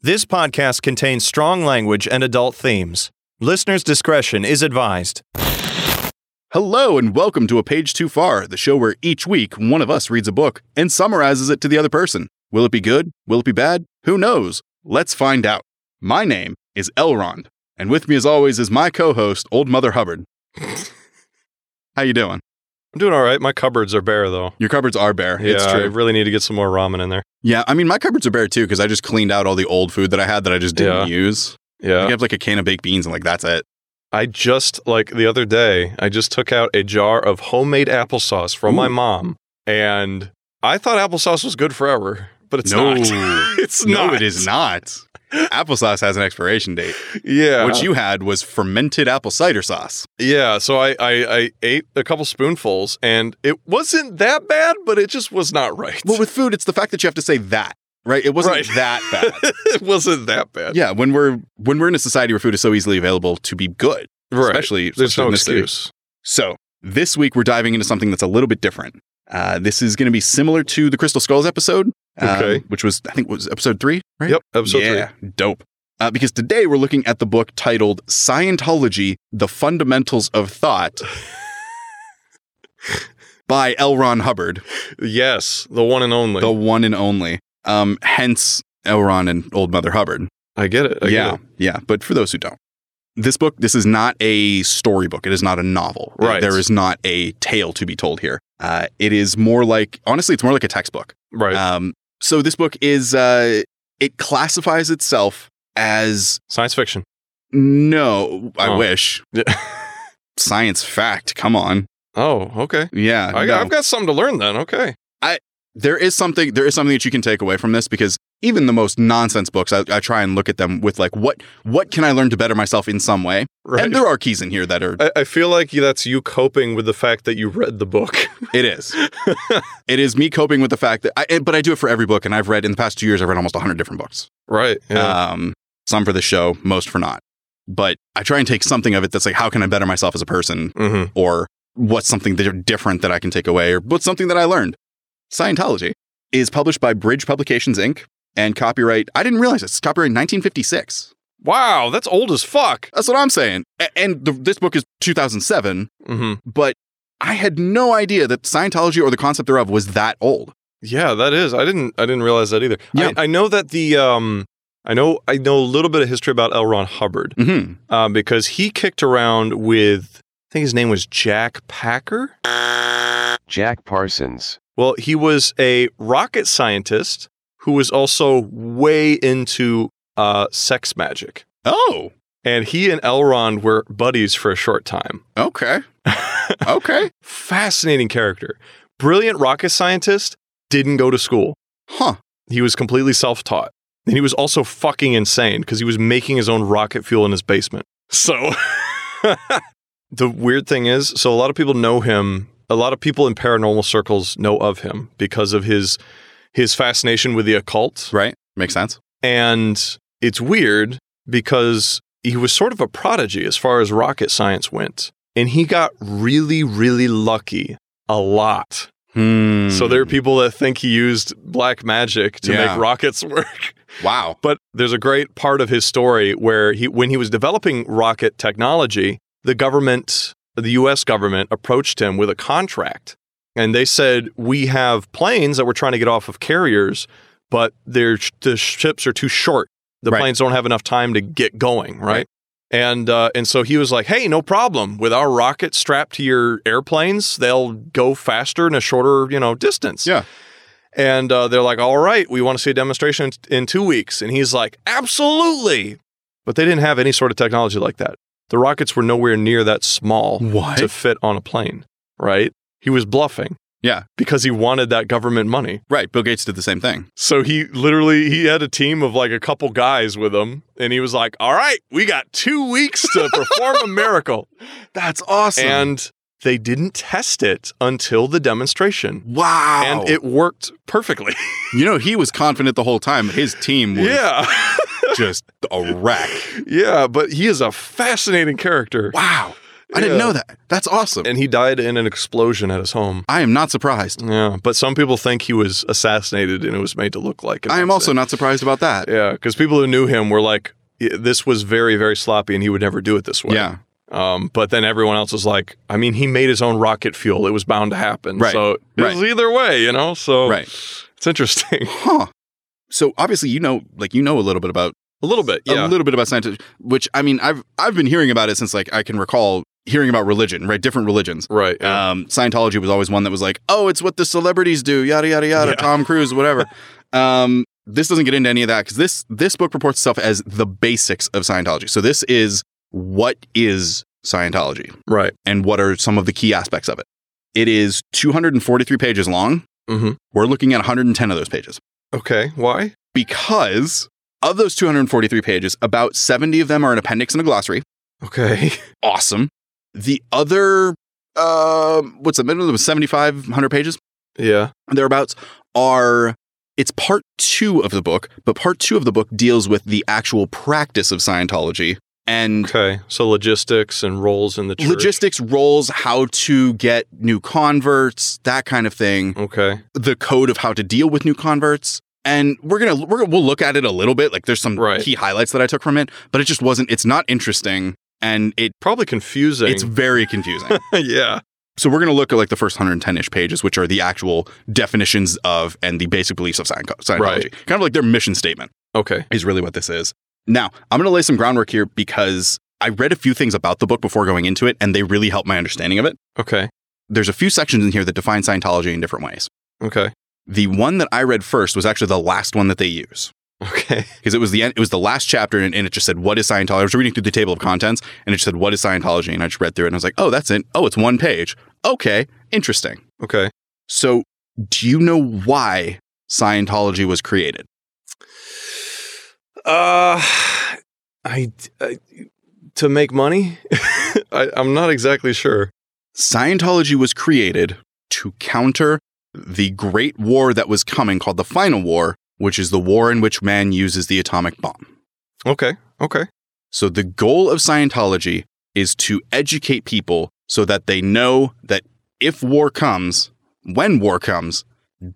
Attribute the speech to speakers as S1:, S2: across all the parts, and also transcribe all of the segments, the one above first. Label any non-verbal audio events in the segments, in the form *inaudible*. S1: This podcast contains strong language and adult themes. Listener's discretion is advised.
S2: Hello, and welcome to A Page Too Far, the show where each week one of us reads a book and summarizes it to the other person. Will it be good? Will it be bad? Who knows? Let's find out. My name is Elrond, and with me as always is my co-host, Old
S1: *laughs*
S2: Mother Hubbard. How you doing?
S1: I'm doing all right. My cupboards are bare, though.
S2: Your cupboards are bare. it's
S1: I
S2: true.
S1: really need to get some more ramen in there.
S2: yeah, I mean my cupboards are bare too because I just cleaned out all the old food that I had that I just didn't use. I
S1: Yeah.
S2: have like a can of baked beans and like that's it.
S1: I just, like the other day, I just took out a jar of homemade applesauce from my
S2: Ooh.
S1: mom. And I thought applesauce was good forever, but it's
S2: No.
S1: not. *laughs*
S2: *laughs*
S1: it's
S2: no,
S1: not.
S2: it is not. Applesauce has an expiration date.
S1: Yeah.
S2: What you had was fermented apple cider sauce.
S1: yeah. So I, I, I ate a couple spoonfuls and it wasn't that bad, but it just was not right.
S2: Well, with food, it's the fact that you have to say that, right? It
S1: *laughs*
S2: wasn't
S1: Right.
S2: that bad.
S1: it wasn't that bad.
S2: yeah, when we're when we're in a society where food is so easily available to be good,
S1: Right.
S2: especially
S1: There's
S2: especially
S1: no
S2: in this city.
S1: excuse.
S2: So this week we're diving into something that's a little bit different. Uh, this is going to be similar to the Crystal Skulls episode, um,
S1: Okay.
S2: which was I think was episode three, right?
S1: Yep. Episode
S2: yeah, dope. Uh, because today we're looking at the book titled Scientology: The Fundamentals of Thought
S1: *laughs*
S2: by L. Ron Hubbard.
S1: three. Yes. The one and only.
S2: the one and only. Um, hence Elron and Old Mother Hubbard.
S1: I get it. I get
S2: yeah,
S1: it.
S2: yeah. But for those who don't, this book, this is not a storybook. It is not a novel.
S1: Right.
S2: There is not a tale to be told here. Uh, it is more like, honestly, it's more like a textbook.
S1: Right.
S2: Um, so this book is, uh, it classifies itself as
S1: Science fiction.
S2: no, I
S1: Oh.
S2: wish
S1: *laughs*
S2: science fact. Come on,
S1: oh, okay.
S2: yeah.
S1: I,
S2: no.
S1: I've got something to learn then. Okay.
S2: there is something there is something that you can take away from this because even the most nonsense books I, I try and look at them with like what what can I learn to better myself in some way
S1: Right.
S2: and there are keys in here that are
S1: I, I feel like that's you coping with the fact that you read the book. *laughs*
S2: it is it is me coping with the fact that I and- but I do it for every book and I've read in the past two years I've read almost 100 different books
S1: right. Yeah.
S2: um some for the show most for not but I try and take something of it that's like how can I better myself as a person
S1: hmm
S2: or what's something that are different that I can take away, or what's something that I learned. Scientology is published by Bridge Publications Inc. and copyright. I didn't realize it's copyright 1956.
S1: Wow. That's old as fuck.
S2: That's what I'm saying. A- And the, this book is 2007,
S1: hmm
S2: but I had no idea that Scientology or the concept thereof was that old.
S1: Yeah, that is. I didn't. I didn't realize that either.
S2: Yeah.
S1: I, I know that the. Um, I know. I know a little bit of history about L. Ron Hubbard
S2: hmm
S1: uh, because he kicked around with. I think his name was Jack Packer.
S3: Jack Parsons.
S1: Well, he was a rocket scientist who was also way into uh, sex magic.
S2: Oh,
S1: And he and Elrond were buddies for a short time. *laughs*
S2: okay. okay. *laughs*
S1: Fascinating character. Brilliant rocket scientist, didn't go to school.
S2: Huh.
S1: He was completely self taught. And he was also fucking insane because he was making his own rocket fuel in his basement. So *laughs* the weird thing is so a lot of people know him. A lot of people in paranormal circles know of him because of his his fascination with the occult.
S2: Right. Makes sense.
S1: And it's weird because he was sort of a prodigy as far as rocket science went. And he got really, really lucky a lot.
S2: Hmm.
S1: So there are people that think he used black magic to
S2: Yeah.
S1: make rockets *laughs* work.
S2: Wow.
S1: But there's a great part of his story where he, when he was developing rocket technology, the government, the US government, approached him with a contract. And they said, We have planes that we're trying to get off of carriers, but they're, the ships are too short. The
S2: Right.
S1: planes don't have enough time to get going, right?
S2: Right.
S1: And, uh, and so he was like, Hey, no problem. With our rocket strapped to your airplanes, they'll go faster in a shorter you know, distance.
S2: Yeah.
S1: And uh, they're like, all right, we want to see a demonstration in two weeks. And he's like, absolutely. But they didn't have any sort of technology like that. The rockets were nowhere near that small to
S2: What?
S1: fit on a plane, right? He was bluffing.
S2: Yeah.
S1: Because he wanted that government money.
S2: Right. Bill Gates did the same thing.
S1: So he literally he had a team of like a couple guys with him and he was like, "All right, we got 2 weeks to perform a miracle."
S2: That's *laughs* awesome.
S1: And they didn't test it until the demonstration.
S2: wow.
S1: And it worked
S2: *laughs*
S1: perfectly.
S2: You know, he was confident the whole time. His team was
S1: yeah.
S2: *laughs*
S1: *laughs*
S2: just a wreck.
S1: Yeah, but he is a fascinating character.
S2: Wow. I didn't
S1: Yeah.
S2: know that. That's awesome.
S1: And he died in an explosion at his home.
S2: I am not surprised.
S1: Yeah, but some people think he was assassinated and it was made to look like. an
S2: I am also
S1: accident.
S2: not surprised about that.
S1: Yeah, because people who knew him were like, "Yeah, "This was very, very sloppy, and he would never do it this way."
S2: Yeah.
S1: Um, but then everyone else was like, "I mean, he made his own rocket fuel. It was bound to happen."
S2: Right,
S1: So it was either way, you know. So
S2: Right.
S1: it's interesting. *laughs*
S2: Huh. So obviously you know like you know a little bit about
S1: a little bit. Yeah.
S2: a little bit about scientific which I mean I've I've been hearing about it since like I can recall hearing about religion, right? Different religions.
S1: right. Yeah.
S2: Um, Scientology was always one that was like, oh, it's what the celebrities do, yada yada yada,
S1: Yeah.
S2: Tom Cruise,
S1: *laughs*
S2: whatever. um, this doesn't get into any of that because this this book purports itself as the basics of Scientology. So this is what is Scientology
S1: right.
S2: and what are some of the key aspects of it. It is 243 pages long.
S1: Mhm.
S2: We're looking at 110 of those pages
S1: Okay. Why?
S2: because of those 243 pages, about 70 of them are an appendix and a glossary
S1: Okay. *laughs*
S2: awesome. The other, um, what's the minimum? 75, 100 pages
S1: yeah.
S2: thereabouts are, it's part two of the book, but part two of the book deals with the actual practice of Scientology and
S1: Okay. So logistics and roles in the church.
S2: logistics, roles, how to get new converts, that kind of thing,
S1: Okay.
S2: the code of how to deal with new converts. And we're gonna we're, we'll look at it a little bit. Like there's some
S1: Right.
S2: key highlights that I took from it, but it just wasn't. It's not interesting, and it
S1: Probably confusing.
S2: it's very confusing.
S1: *laughs* yeah.
S2: So we're going to look at like the first 110-ish pages, which are the actual definitions of and the basic beliefs of Scien- Scientology.
S1: Right.
S2: Kind of like their mission statement
S1: Okay.
S2: is really what this is. Now, I'm going to lay some groundwork here because I read a few things about the book before going into it, and they really helped my understanding of it.
S1: Okay.
S2: There's a few sections in here that define Scientology in different ways.
S1: Okay.
S2: The one that I read first was actually the last one that they use
S1: Okay.
S2: because it was the end, it was the last chapter and, and it just said what is Scientology. I was reading through the table of contents and it just said what is Scientology, and I just read through it and I was like, oh, that's it. Oh, it's one page. Okay, interesting.
S1: Okay.
S2: So, do you know why Scientology was created?
S1: Uh, I, I to make money. *laughs* I, I'm not exactly sure.
S2: Scientology was created to counter the great war that was coming called the Final War, which is the war in which man uses the atomic bomb.
S1: Okay. Okay.
S2: So, the goal of Scientology is to educate people so that they know that if war comes, when war comes,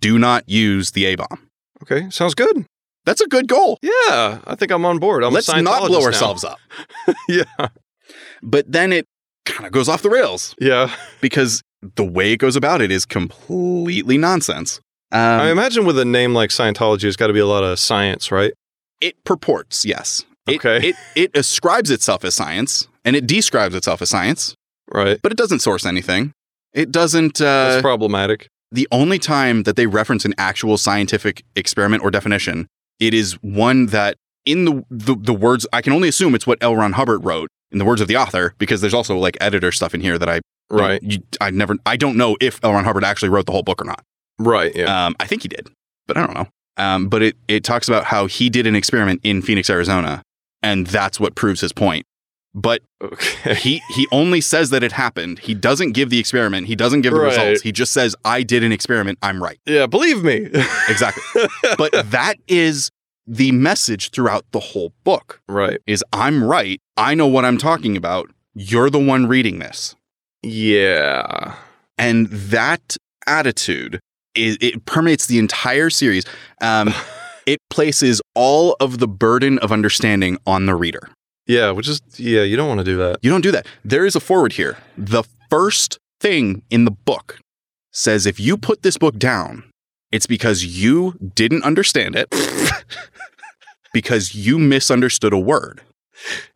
S2: do not use the A bomb.
S1: Okay. Sounds good.
S2: That's a good goal.
S1: Yeah, I think I'm on board. I'm a
S2: Let's not
S1: Scientologist
S2: blow
S1: now.
S2: ourselves up.
S1: *laughs* Yeah.
S2: But then it kind of goes off the rails.
S1: Yeah.
S2: because the way it goes about it is completely nonsense.
S1: I
S2: Um,
S1: imagine with a name like Scientology, it's got to be a lot of science, right?
S2: it purports, yes. It,
S1: Okay.
S2: It, it ascribes itself as science and it describes itself as science,
S1: Right.
S2: but it doesn't source anything. It doesn't. Uh,
S1: That's problematic.
S2: the only time that they reference an actual scientific experiment or definition, it is one that, in the, the, the words, I can only assume it's what L. Ron Hubbard wrote in the words of the author, because there's also like editor stuff in here that I
S1: Right.
S2: you, I never I don't know if L. Ron Hubbard actually wrote the whole book or not.
S1: Right. Yeah.
S2: Um, I think he did, but I don't know. Um, but it, it talks about how he did an experiment in Phoenix, Arizona, and that's what proves his point. But
S1: okay. *laughs*
S2: he, he only says that it happened. He doesn't give the experiment. He doesn't give the
S1: Right.
S2: results. He just says, I did an experiment. I'm right.
S1: Yeah. Believe
S2: *laughs*
S1: me. *laughs*
S2: Exactly. but that is the message throughout the whole book
S1: right.
S2: is I'm right. I know what I'm talking about. You're the one reading this.
S1: Yeah.
S2: And that attitude is it permeates the entire series. Um, it places all of the burden of understanding on the reader.
S1: Yeah. Which is yeah. You don't want to do that.
S2: You don't do that. There is a forward here. The first thing in the book says if you put this book down, it's because you didn't understand it, because you misunderstood a word.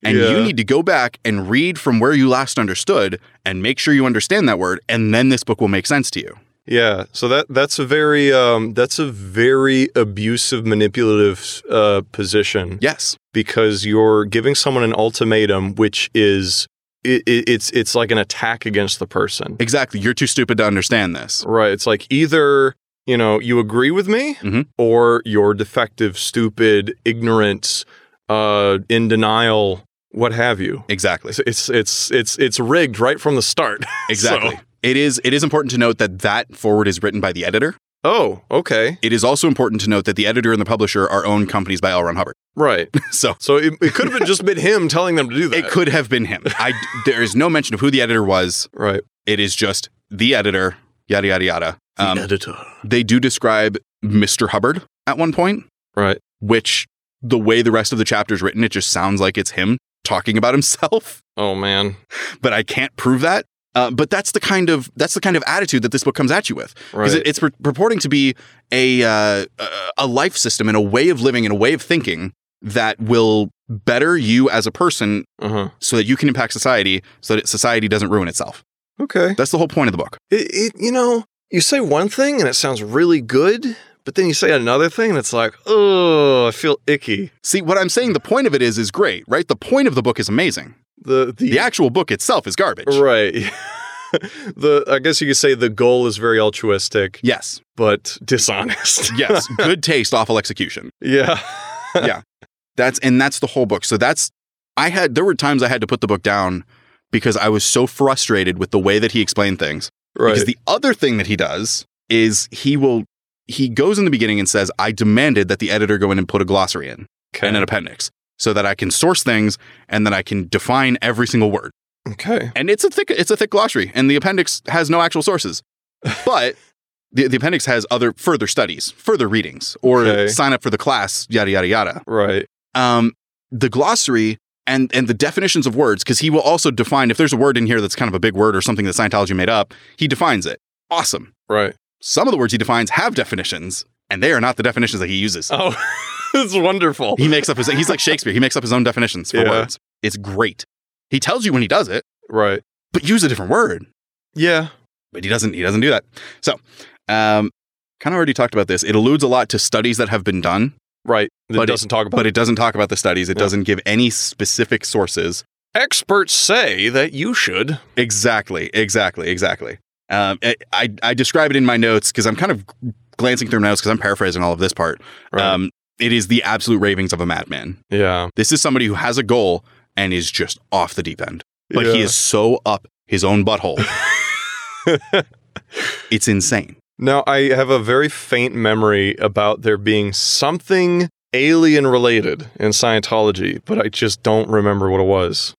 S2: And you
S1: Yeah.
S2: need to go back and read from where you last understood and make sure you understand that word. And then this book will make sense to you.
S1: Yeah, so that that's a very um, that's a very abusive, manipulative uh, position
S2: Yes.
S1: because you're giving someone an ultimatum, which is it, it, it's it's like an attack against the person,
S2: Exactly. You're too stupid to understand this.
S1: right? It's like either you know you agree with me
S2: Mhm.
S1: or you're defective, stupid, ignorant, uh, in denial, what have you.
S2: Exactly.
S1: It's it's it's it's, it's rigged right from the start. *laughs*
S2: Exactly. It is it is important to note that that forward is written by the editor
S1: Oh, okay.
S2: It is also important to note that the editor and the publisher are owned companies by L. Ron Hubbard. *laughs*
S1: Right.
S2: So
S1: So it, it could have been just been him telling them to do that.
S2: it could have been him. I, there is no mention of who the editor was.
S1: Right.
S2: It is just the editor, yada, yada, yada. Um,
S1: editor.
S2: they do describe Mr. Hubbard at one point,
S1: Right.
S2: which the way the rest of the chapter is written, it just sounds like it's him talking about himself, *laughs*
S1: Oh man.
S2: but I can't prove that. Uh, but that's the kind of that's the kind of attitude that this book comes at you with.
S1: Right.
S2: because it, it's pur- purporting to be a uh, a- a life system and a way of living and a way of thinking that will better you as a person
S1: uh-huh.
S2: so that you can impact society so that society doesn't ruin itself
S1: Okay.
S2: that's the whole point of the book
S1: It, it you know, you say one thing and it sounds really good, but then you say another thing and it's like, oh, I feel icky.
S2: see what i'm saying the point of it is is great right the point of the book is amazing
S1: The the,
S2: the actual book itself is garbage
S1: right. *laughs* the I guess you could say the goal is very altruistic
S2: yes
S1: but *laughs* dishonest.
S2: yes good taste awful execution
S1: yeah.
S2: That's and that's the whole book. So that's I had there were times I had to put the book down because I was so frustrated with the way that he explained things.
S1: *laughs* Right.
S2: Because the other thing that he does is he will he goes in the beginning and says, I demanded that the editor go in and put a glossary in
S1: okay.
S2: and an appendix so that I can source things and then I can define every single word.
S1: okay.
S2: And it's a thick it's a thick glossary and the appendix has no
S1: *laughs*
S2: actual sources. But the, the appendix has other further studies, further readings, or
S1: Okay.
S2: sign up for the class, yada yada yada
S1: Right.
S2: um, the glossary and and the definitions of words because he will also define if there's a word in here that's kind of a big word or something that Scientology made up. He defines it. Awesome.
S1: Right.
S2: Some of the words he defines have definitions, and they are not the definitions that he uses.
S1: Oh, *laughs* it's wonderful.
S2: He makes up his. He's like Shakespeare. He makes up his own definitions for
S1: Yeah.
S2: words. It's great. He tells you when he does it,
S1: Right.
S2: but use a different word.
S1: Yeah.
S2: But he doesn't. He doesn't do that. So, um, kind of already talked about this. It alludes a lot to studies that have been done,
S1: Right. That
S2: But it-
S1: doesn't talk about
S2: but it doesn't talk about the studies. It
S1: Yeah.
S2: doesn't give any specific sources.
S1: experts say that you should.
S2: Exactly, exactly, exactly. Um, I, I I describe it in my notes because I'm kind of glancing through my notes because I'm paraphrasing all of this part. Um, it is the absolute ravings of a madman.
S1: yeah.
S2: This is somebody who has a goal and is just off the deep end, but he
S1: Yeah.
S2: is so up his own
S1: *laughs*
S2: butthole. it's insane.
S1: Now, I have a very faint memory about there being something alien related in Scientology, but I just don't remember what it was.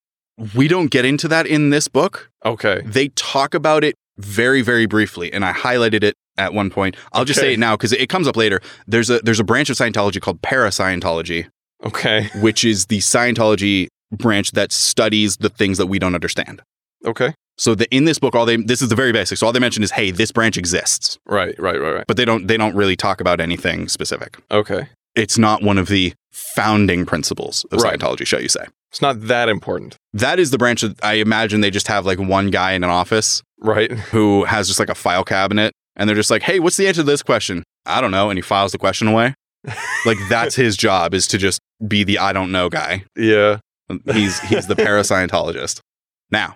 S2: We don't get into that in this book.
S1: Okay.
S2: They talk about it very, very briefly, and I highlighted it at one point. I'll just
S1: Okay.
S2: say it now because it comes up later. There's a there's a branch of Scientology called Parascientology,
S1: Okay.
S2: which is the Scientology branch that studies the things that we don't understand.
S1: Okay.
S2: So the, in this book, all they this is the very basics. So all they mention is, hey, this branch exists,
S1: Right, right, right, right.
S2: but they don't they don't really talk about anything specific.
S1: Okay.
S2: It's not one of the founding principles of
S1: Right.
S2: Scientology, shall you say?
S1: It's not that important.
S2: That is the branch that I imagine they just have like one guy in an office
S1: Right. *laughs*
S2: who has just like a file cabinet, and they're just like, hey, what's the answer to this question? I don't know, and he files the question away. like that's his job is to just be the I don't know guy.
S1: Yeah.
S2: He's he's the parascientologist. Now,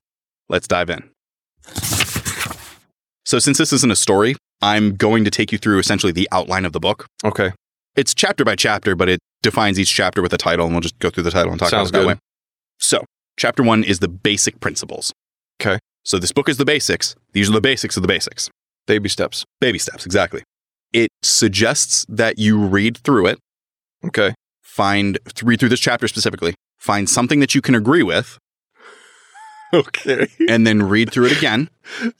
S2: let's dive in. So since this isn't a story, I'm going to take you through essentially the outline of the book.
S1: Okay.
S2: It's chapter by chapter, but it defines each chapter with a title, and we'll just go through the title and talk
S1: Sounds
S2: about it
S1: good.
S2: that way. So, chapter one is the basic principles.
S1: Okay.
S2: So this book is the basics. These are the basics of the basics.
S1: Baby steps.
S2: Baby steps, exactly. It suggests that you read through it,
S1: Okay. *laughs*
S2: find read through this chapter specifically, find something that you can agree with,
S1: Okay. *laughs*
S2: and then read through it again.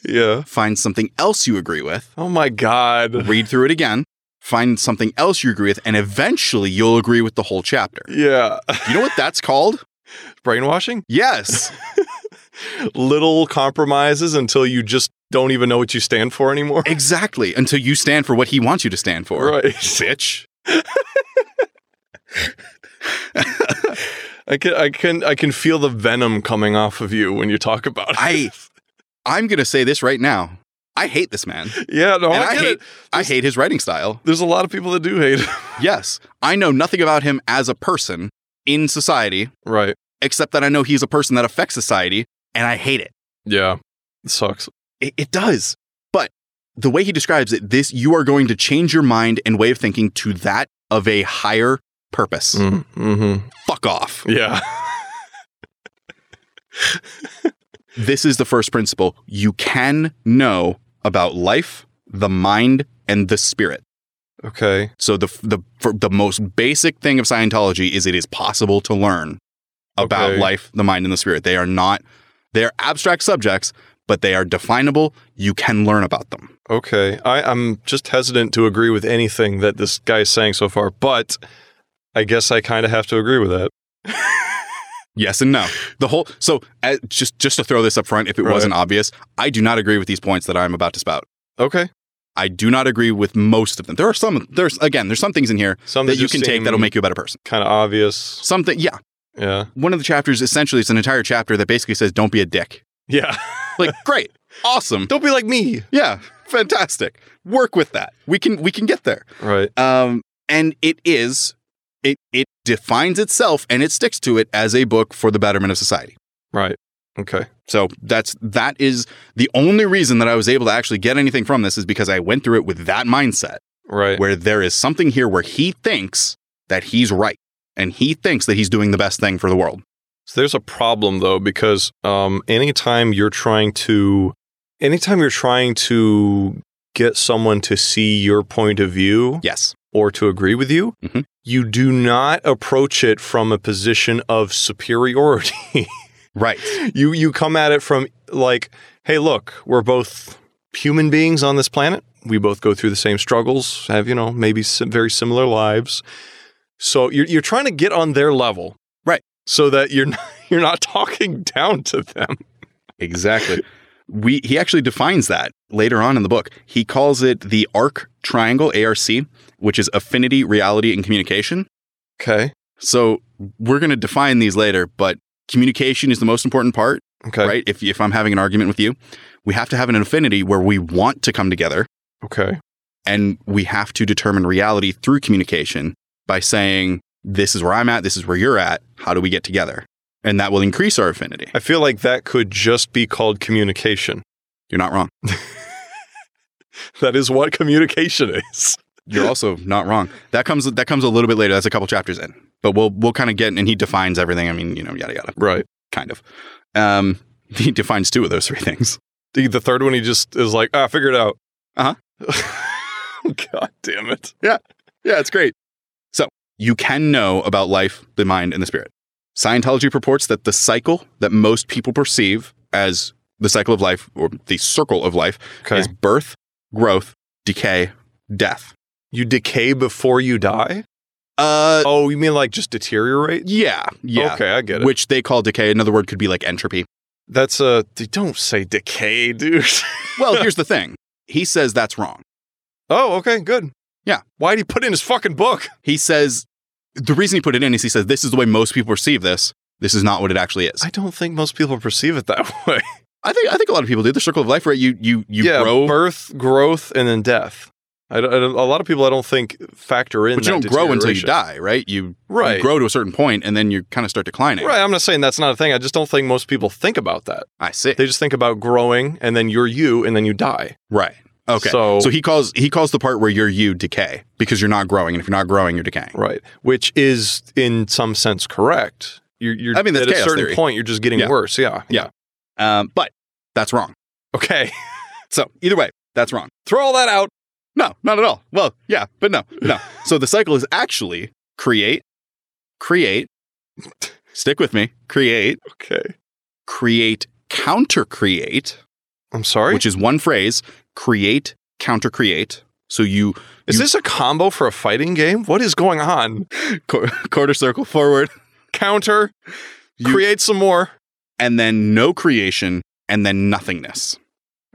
S1: Yeah.
S2: find something else you agree with,
S1: Oh my God.
S2: read through it again, find something else you agree with, and eventually you'll agree with the whole chapter.
S1: Yeah. *laughs*
S2: You know what that's called?
S1: Brainwashing?
S2: Yes.
S1: Little compromises until you just don't even know what you stand for anymore.
S2: Exactly. Until you stand for what he wants you to stand for. *laughs*
S1: Right.
S2: Bitch.
S1: *laughs* I can I can I can feel the venom coming off of you when you talk about it.
S2: I I'm gonna say this right now. I hate this man.
S1: *laughs* yeah, no,
S2: and
S1: I,
S2: I
S1: get
S2: hate-
S1: it.
S2: I hate his writing style.
S1: There's a lot of people that do hate. *laughs* it.
S2: Yes. I know nothing about him as a person in society,
S1: right.
S2: except that I know he's a person that affects society, and I hate it.
S1: Yeah. It sucks.
S2: It, it does. But the way he describes it, this you are going to change your mind and way of thinking to that of a higher purpose.
S1: Mm,
S2: Mm-hmm.
S1: hmm
S2: Fuck off.
S1: Yeah.
S2: This is the first principle. You can know about life, the mind, and the spirit.
S1: *laughs* Okay.
S2: So the the for the most basic thing of Scientology is it is possible to learn about
S1: Okay.
S2: life, the mind, and the spirit. They are not they are abstract subjects, but they are definable. You can learn about them.
S1: Okay. I, I'm just hesitant to agree with anything that this guy is saying so far, but I guess I kind of have to agree with that.
S2: Yes and no. The whole so uh, just just to throw this up front, if it
S1: Right.
S2: wasn't obvious, I do not agree with these points that I'm about to spout.
S1: Okay.
S2: I do not agree with most of them. There are some there's again there's some things in here
S1: Some
S2: that you can take that'll make you a better person.
S1: kind of obvious.
S2: Something yeah.
S1: Yeah. *laughs*
S2: One of the chapters essentially it's an entire chapter that basically says don't be a dick.
S1: Yeah.
S2: Like great, awesome.
S1: Don't be like me.
S2: Yeah, fantastic. Work with that. We can we can get there.
S1: Right.
S2: Um, and it is it it defines itself and it sticks to it as a book for the betterment of society.
S1: Right. Okay.
S2: So that's that is the only reason that I was able to actually get anything from this is because I went through it with that mindset
S1: Right.
S2: where there is something here where he thinks that he's right and he thinks that he's doing the best thing for the world.
S1: So there's a problem though, because um, anytime you're trying to, anytime you're trying to get someone to see your point of view
S2: Yes.
S1: or to agree with you,
S2: Mhm.
S1: you do not approach it from a position of superiority.
S2: Right.
S1: you you come at it from like, hey, look, we're both human beings on this planet. We both go through the same struggles, have you know, maybe some very similar lives. So you're you're trying to get on their level,
S2: Right.
S1: So that you're *laughs* not, you're not talking down to them.
S2: Exactly. We he actually defines that later on in the book. He calls it the arc triangle ARC, which is affinity, reality and communication.
S1: Okay.
S2: So we're going to define these later, but communication is the most important part,
S1: Okay.
S2: right? If if I'm having an argument with you, we have to have an affinity where we want to come together
S1: Okay.
S2: and we have to determine reality through communication by saying this is where I'm at, this is where you're at, how do we get together? And that will increase our affinity.
S1: I feel like that could just be called communication.
S2: You're not wrong.
S1: That is what communication is.
S2: You're also not wrong. That comes that comes a little bit later. That's a couple chapters in, but we'll we'll kind of get and he defines everything. I mean, you know, yada yada,
S1: Right.
S2: kind of. Um, *laughs* he defines two of those three things.
S1: The, the third one, he just is like, ah, I figured it out.
S2: Uh-huh.
S1: huh. *laughs* God damn it.
S2: Yeah, it's great. So you can know about life, the mind, and the spirit. Scientology purports that the cycle that most people perceive as the cycle of life or the circle of life
S1: Okay.
S2: is birth, growth, decay, death.
S1: You decay before you die?
S2: Uh,
S1: Oh, you mean like just deteriorate?
S2: yeah, yeah.
S1: Okay, I get it.
S2: Which they call decay. Another word could be like entropy.
S1: That's a. d- Don't say decay, *laughs* dude.
S2: Well, here's the thing. He says that's wrong.
S1: oh, okay, good.
S2: Yeah.
S1: Why'd he put it in his fucking book?
S2: He says the reason he put it in is he says this is the way most people perceive this. This is not what it actually is.
S1: I don't think most people perceive it that *laughs* way.
S2: I think I think a lot of people do the circle of life, right? You you you
S1: yeah,
S2: grow,
S1: birth, growth, and then death. I don't- I don't- a lot of people I don't think factor in
S2: but you
S1: that
S2: don't grow until you
S1: deterioration.
S2: die, right? You,
S1: Right.
S2: you grow to a certain point and then you kind of start declining.
S1: Right, I'm not saying that's not a thing. I just don't think most people think about that.
S2: I see.
S1: They just think about growing, and then you're you, and then you die.
S2: right. Okay.
S1: So-
S2: so he calls he calls the part where you're you decay because you're not growing, and if you're not growing, you're decaying.
S1: Right, which is in some sense correct. You're, you're
S2: I mean, that's
S1: at a
S2: chaos
S1: certain
S2: theory.
S1: point, you're just getting
S2: Yeah.
S1: worse. Yeah,
S2: Yeah. Um, but that's wrong.
S1: Okay, *laughs*
S2: So either way, that's wrong.
S1: throw all that out.
S2: No, not at all. Well, yeah, but no, no. So the cycle is actually create, create, stick with me, create,
S1: Okay,
S2: create, counter create,
S1: I'm sorry.
S2: which is one phrase, create, counter create. So you,
S1: is
S2: you
S1: this a combo for a fighting game? What is going on?
S2: qu- *laughs* quarter circle forward,
S1: Counter,
S2: You-
S1: create some more.
S2: and then no creation, and then nothingness.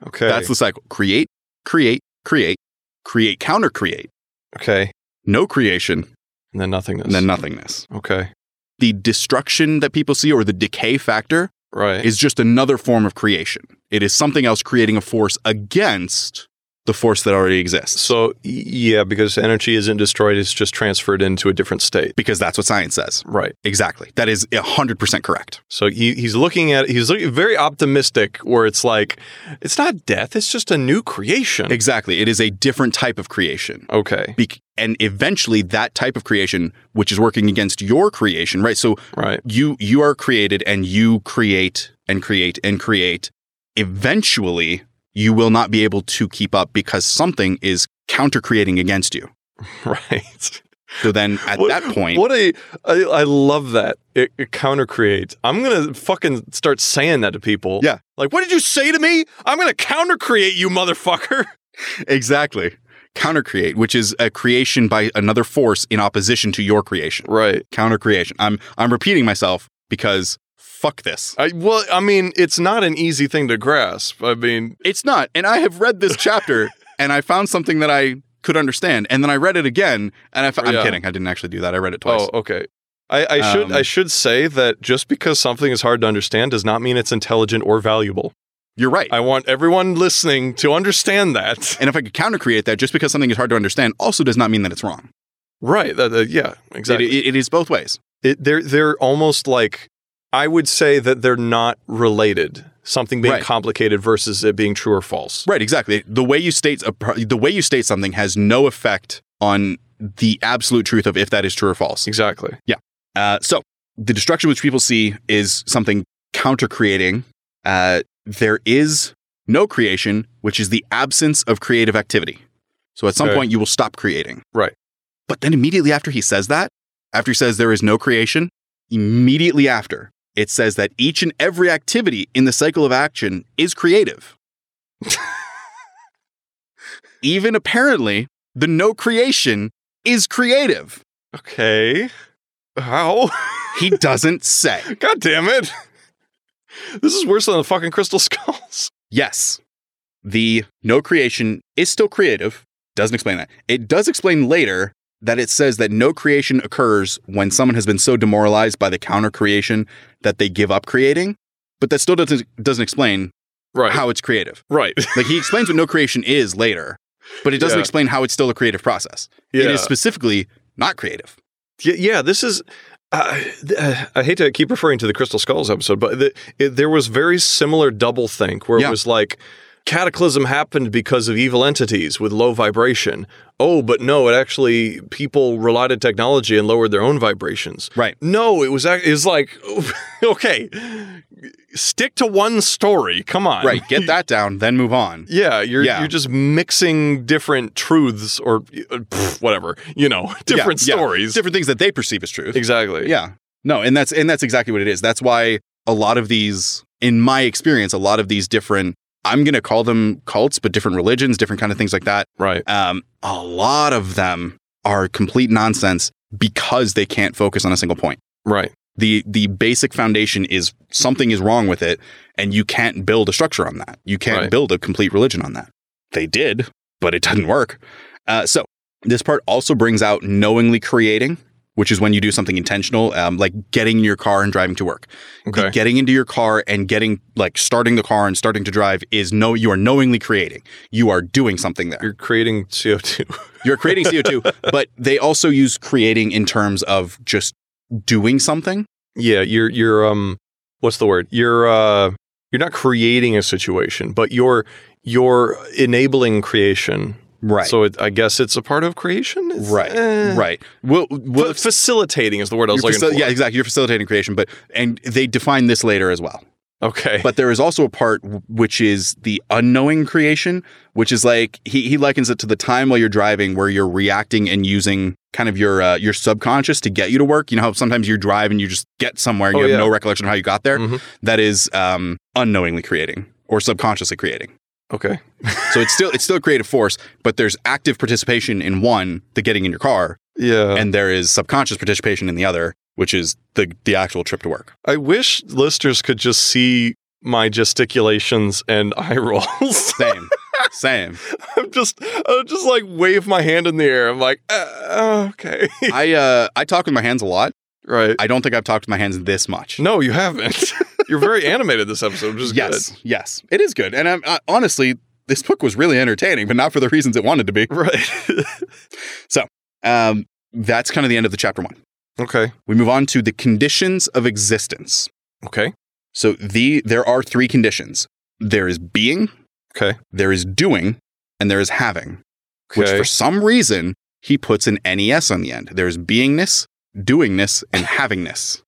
S1: Okay,
S2: That's the cycle. Create, create, create, create, counter create,
S1: okay,
S2: no creation,
S1: and then nothingness.
S2: and then nothingness.
S1: okay,
S2: The destruction that people see or the decay factor
S1: right.
S2: is just another form of creation. It is something else creating a force against the force that already exists.
S1: so y- yeah, because energy isn't destroyed; it's just transferred into a different state.
S2: because that's what science says.
S1: Right.
S2: Exactly. That is 100% correct.
S1: So he, he's looking at he's looking, very optimistic, where it's like it's not death; it's just a new creation.
S2: Exactly. It is a different type of creation.
S1: okay,
S2: Bec and eventually that type of creation which is working against your creation, right? So
S1: right. *laughs*
S2: you you are created and you create and create and create. Eventually you will not be able to keep up because something is counter creating against you.
S1: Right.
S2: So then at that point,
S1: What a I, I love that. It, it counter creates. I'm gonna fucking start saying that to people.
S2: Yeah.
S1: Like, what did you say to me? I'm gonna counter create you, motherfucker. *laughs*
S2: exactly, counter create, which is a creation by another force in opposition to your creation.
S1: Right.
S2: Counter creation. I'm I'm repeating myself because fuck this.
S1: I well, I mean, it's not an easy thing to grasp. I mean,
S2: It's not. And I have read this chapter
S1: *laughs*
S2: and I found something that I could understand. And then I read it again and I fo- I'm
S1: Yeah.
S2: kidding. I didn't actually do that. I read it twice.
S1: oh, okay. I, I should
S2: Um,
S1: I should say that just because something is hard to understand does not mean it's intelligent or valuable.
S2: You're right.
S1: I want everyone listening to understand that.
S2: *laughs* and if I could counter create that, just because something is hard to understand also does not mean that it's wrong.
S1: Right. that- that- yeah. Exactly.
S2: It, it, it is both ways.
S1: it, they're they're almost like I would say that they're not related. Something being
S2: Right.
S1: complicated versus it being true or false.
S2: Right, exactly. The way you state a pro- the way you state something has no effect on the absolute truth of if that is true or false.
S1: Exactly.
S2: Uh, so the destruction which people see is something counter creating. Uh, there is no creation, which is the absence of creative activity. So at some
S1: Okay.
S2: point you will stop creating.
S1: Right.
S2: But then immediately after he says that, after he says there is no creation, immediately after it says that each and every activity in the cycle of action is creative. Even apparently, the no creation is creative.
S1: Okay. How?
S2: He doesn't say.
S1: *laughs* God damn it! *laughs* This is worse than the fucking crystal skulls.
S2: Yes, the no creation is still creative. Doesn't explain that. It does explain later that it says that no creation occurs when someone has been so demoralized by the counter creation that they give up creating. But that still doesn't doesn't explain
S1: Right.
S2: how it's creative.
S1: Right. *laughs*
S2: Like he explains what no creation is later, but it doesn't
S1: Yeah.
S2: explain how it's still a creative process.
S1: Yeah.
S2: It is specifically not creative.
S1: Y- yeah. This is. Uh, th- uh, I hate to keep referring to the Crystal Skulls episode, but the, it, there was very similar double think where
S2: Yeah.
S1: it was like cataclysm happened because of evil entities with low vibration. Oh, but no, it actually people relied on technology and lowered their own vibrations.
S2: Right.
S1: No, it was ac- it's like *laughs* okay, stick to one story. Come on.
S2: Right. Get that down, then move on.
S1: *laughs* Yeah, you're
S2: Yeah.
S1: you're just mixing different truths or uh, pff, whatever, you know, *laughs* different
S2: yeah.
S1: stories.
S2: Different things that they perceive as truth.
S1: Exactly.
S2: Yeah. No, and that's and that's exactly what it is. That's why a lot of these in my experience, a lot of these different I'm going to call them cults, but different religions, different kind of things like that.
S1: Right.
S2: Um, a lot of them are complete nonsense because they can't focus on a single point.
S1: Right.
S2: The the basic foundation is something is wrong with it and you can't build a structure on that. You can't
S1: Right.
S2: build a complete religion on that. They did, but it doesn't work. Uh, so this part also brings out knowingly creating, which is when you do something intentional, um, like getting in your car and driving to work. The
S1: Okay.
S2: Getting into your car and getting like starting the car and starting to drive is no, you are knowingly creating. You are doing something there.
S1: You're creating
S2: *laughs*
S1: CO2.
S2: You're creating *laughs* CO2, but they also use creating in terms of just doing something.
S1: yeah, you're you're um what's the word? You're uh you're not creating a situation, but you're you're enabling creation.
S2: Right.
S1: So it, I guess it's a part of creation. It's,
S2: Right.
S1: eh.
S2: right. We'll,
S1: Fa-
S2: we'll
S1: facilitating is the word I was
S2: You're
S1: looking
S2: facil-
S1: for.
S2: Yeah, exactly. You're facilitating creation, but and they define this later as well.
S1: Okay.
S2: But there is also a part w- which is the unknowing creation, which is like he, he likens it to the time while you're driving where you're reacting and using kind of your uh, your subconscious to get you to work. You know how sometimes you drive and you just get somewhere and you
S1: Oh,
S2: have
S1: yeah.
S2: no recollection of how you got there.
S1: Mhm.
S2: That is um, unknowingly creating or subconsciously creating.
S1: okay.
S2: So it's still it's still a creative force, but there's active participation in one, the getting in your car,
S1: Yeah.
S2: and there is subconscious participation in the other, which is the the actual trip to work.
S1: I wish listeners could just see my gesticulations and eye rolls. *laughs*
S2: Same. Same.
S1: I'm just, I'm just like wave my hand in the air. I'm like, uh, okay, *laughs*
S2: I uh I talk with my hands a lot.
S1: right.
S2: I don't think I've talked with my hands this much.
S1: No, you haven't. *laughs* You're very animated this episode, which is
S2: yes. Yes. It is good. And I'm I, honestly this book was really entertaining, but not for the reasons it wanted to be.
S1: good. Right. *laughs*
S2: Um that's kind of the end of the chapter 1.
S1: okay.
S2: We move on to the conditions of existence.
S1: Okay.
S2: So the there are three conditions. There is being,
S1: Okay.
S2: there is doing, and there is having, which
S1: Okay.
S2: for some reason he E puts an NES on the end. There is beingness, doingness, and havingness.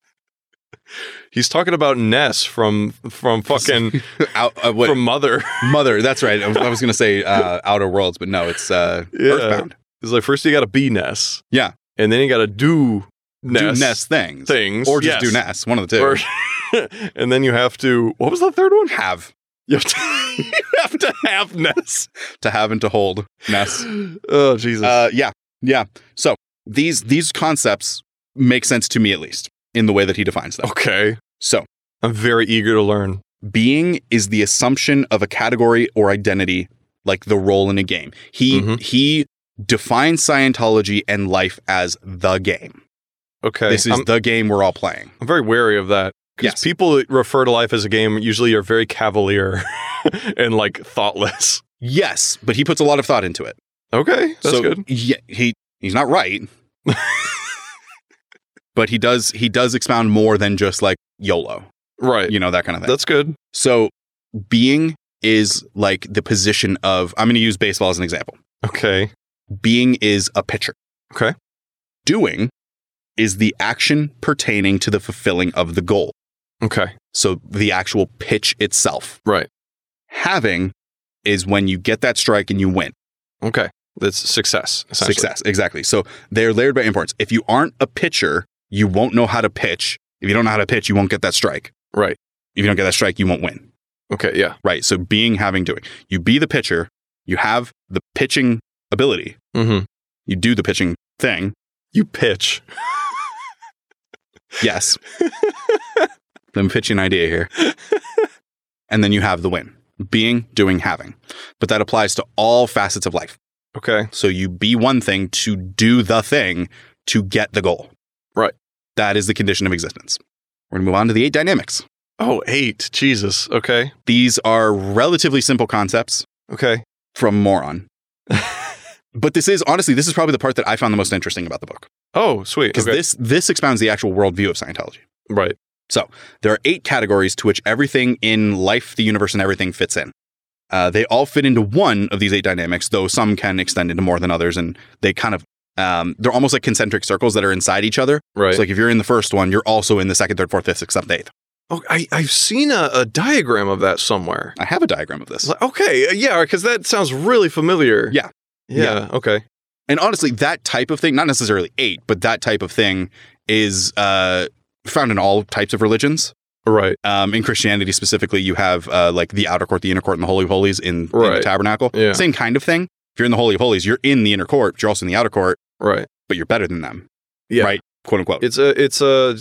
S2: *laughs*
S1: He's talking about Ness from
S2: *laughs*
S1: from fucking
S2: Out, uh, what,
S1: from Mother. *laughs*
S2: Mother. That's right. I was, I was going to say uh, Outer Worlds, but no, it's uh,
S1: Yeah.
S2: Earthbound.
S1: He's like, first you got to be Ness,
S2: Yeah.
S1: and then you got to do Ness,
S2: Do Ness things.
S1: things,
S2: Or just
S1: Yes.
S2: do Ness. One of the two.
S1: Or- *laughs* and then you have to. What was the third one? *laughs*
S2: have.
S1: You have to, you have, to have
S2: *laughs*
S1: Ness.
S2: To have and to hold
S1: *laughs*
S2: Ness.
S1: Oh Jesus!
S2: Uh, yeah, yeah. So these these concepts make sense to me at least in the way that he defines them.
S1: okay,
S2: So
S1: I'm very eager to learn.
S2: being is the assumption of a category or identity, like the role in a game. He
S1: Mhm.
S2: he defines Scientology and life as the game.
S1: Okay,
S2: This is
S1: I'm,
S2: the game we're all playing.
S1: I'm very wary of that because
S2: Yes.
S1: people that refer to life as a game usually are very cavalier *laughs* and like thoughtless.
S2: Yes, but he puts a lot of thought into it.
S1: Okay, that's
S2: so
S1: good.
S2: Yeah, he he's not right.
S1: *laughs*
S2: but he does he does expound more than just like YOLO,
S1: Right,
S2: you know, that kind of thing.
S1: that's good.
S2: So being is like the position of I'm going to use baseball as an example.
S1: Okay,
S2: Being is a pitcher.
S1: Okay.
S2: Doing is the action pertaining to the fulfilling of the goal.
S1: okay,
S2: So the actual pitch itself.
S1: Right.
S2: Having is when you get that strike and you win.
S1: okay. That's success. essentially.
S2: Success. Exactly. So they're layered by importance. If you aren't a pitcher, you won't know how to pitch. If you don't know how to pitch, you won't get that strike.
S1: Right.
S2: If you don't get that strike, you won't win.
S1: Okay, yeah.
S2: Right. So being, having, doing. You be the pitcher. You have the pitching ability.
S1: Mm-hmm.
S2: You do the pitching thing.
S1: You pitch.
S2: Yes. *laughs* Let me pitch you an
S1: *laughs*
S2: idea here. And then you have the win. Being, doing, having. But that applies to all facets of life.
S1: Okay,
S2: So you be one thing to do the thing to get the goal.
S1: Right.
S2: That is the condition of existence. We're going to move on to the eight dynamics.
S1: Oh, eight. Jesus. Okay.
S2: These are relatively simple concepts
S1: Okay. *laughs*
S2: from Moron. but this is honestly, this is probably the part that I found the most interesting about the book.
S1: Oh, sweet.
S2: because
S1: Okay.
S2: this this expounds the actual worldview of Scientology.
S1: right.
S2: There are eight categories to which everything in life, the universe, and everything fits in. Uh, they all fit into one of these eight dynamics, though some can extend into more than others, and they kind of um, they're almost like concentric circles that are inside each other.
S1: Right.
S2: So, like if you're in the first one, you're also in the second, third, fourth, fifth, sixth, seventh, eighth.
S1: oh, I, I've seen a, a diagram of that somewhere.
S2: I have a diagram of this,
S1: It's like, okay. uh, Yeah. Because that sounds really familiar.
S2: Yeah.
S1: Yeah. Okay.
S2: and honestly, that type of thing—not necessarily eight, but that type of thing—is uh, found in all types of religions.
S1: Right.
S2: um, in Christianity specifically, you have uh, like the outer court, the inner court, and the holy of holies in, in the
S1: Right.
S2: tabernacle.
S1: Yeah.
S2: Same kind of thing. If you're in the holy of holies, you're in the inner court, but you're also in the outer court,
S1: Right.
S2: but you're better than them,
S1: Yeah.
S2: right? Quote unquote.
S1: It's a, it's a,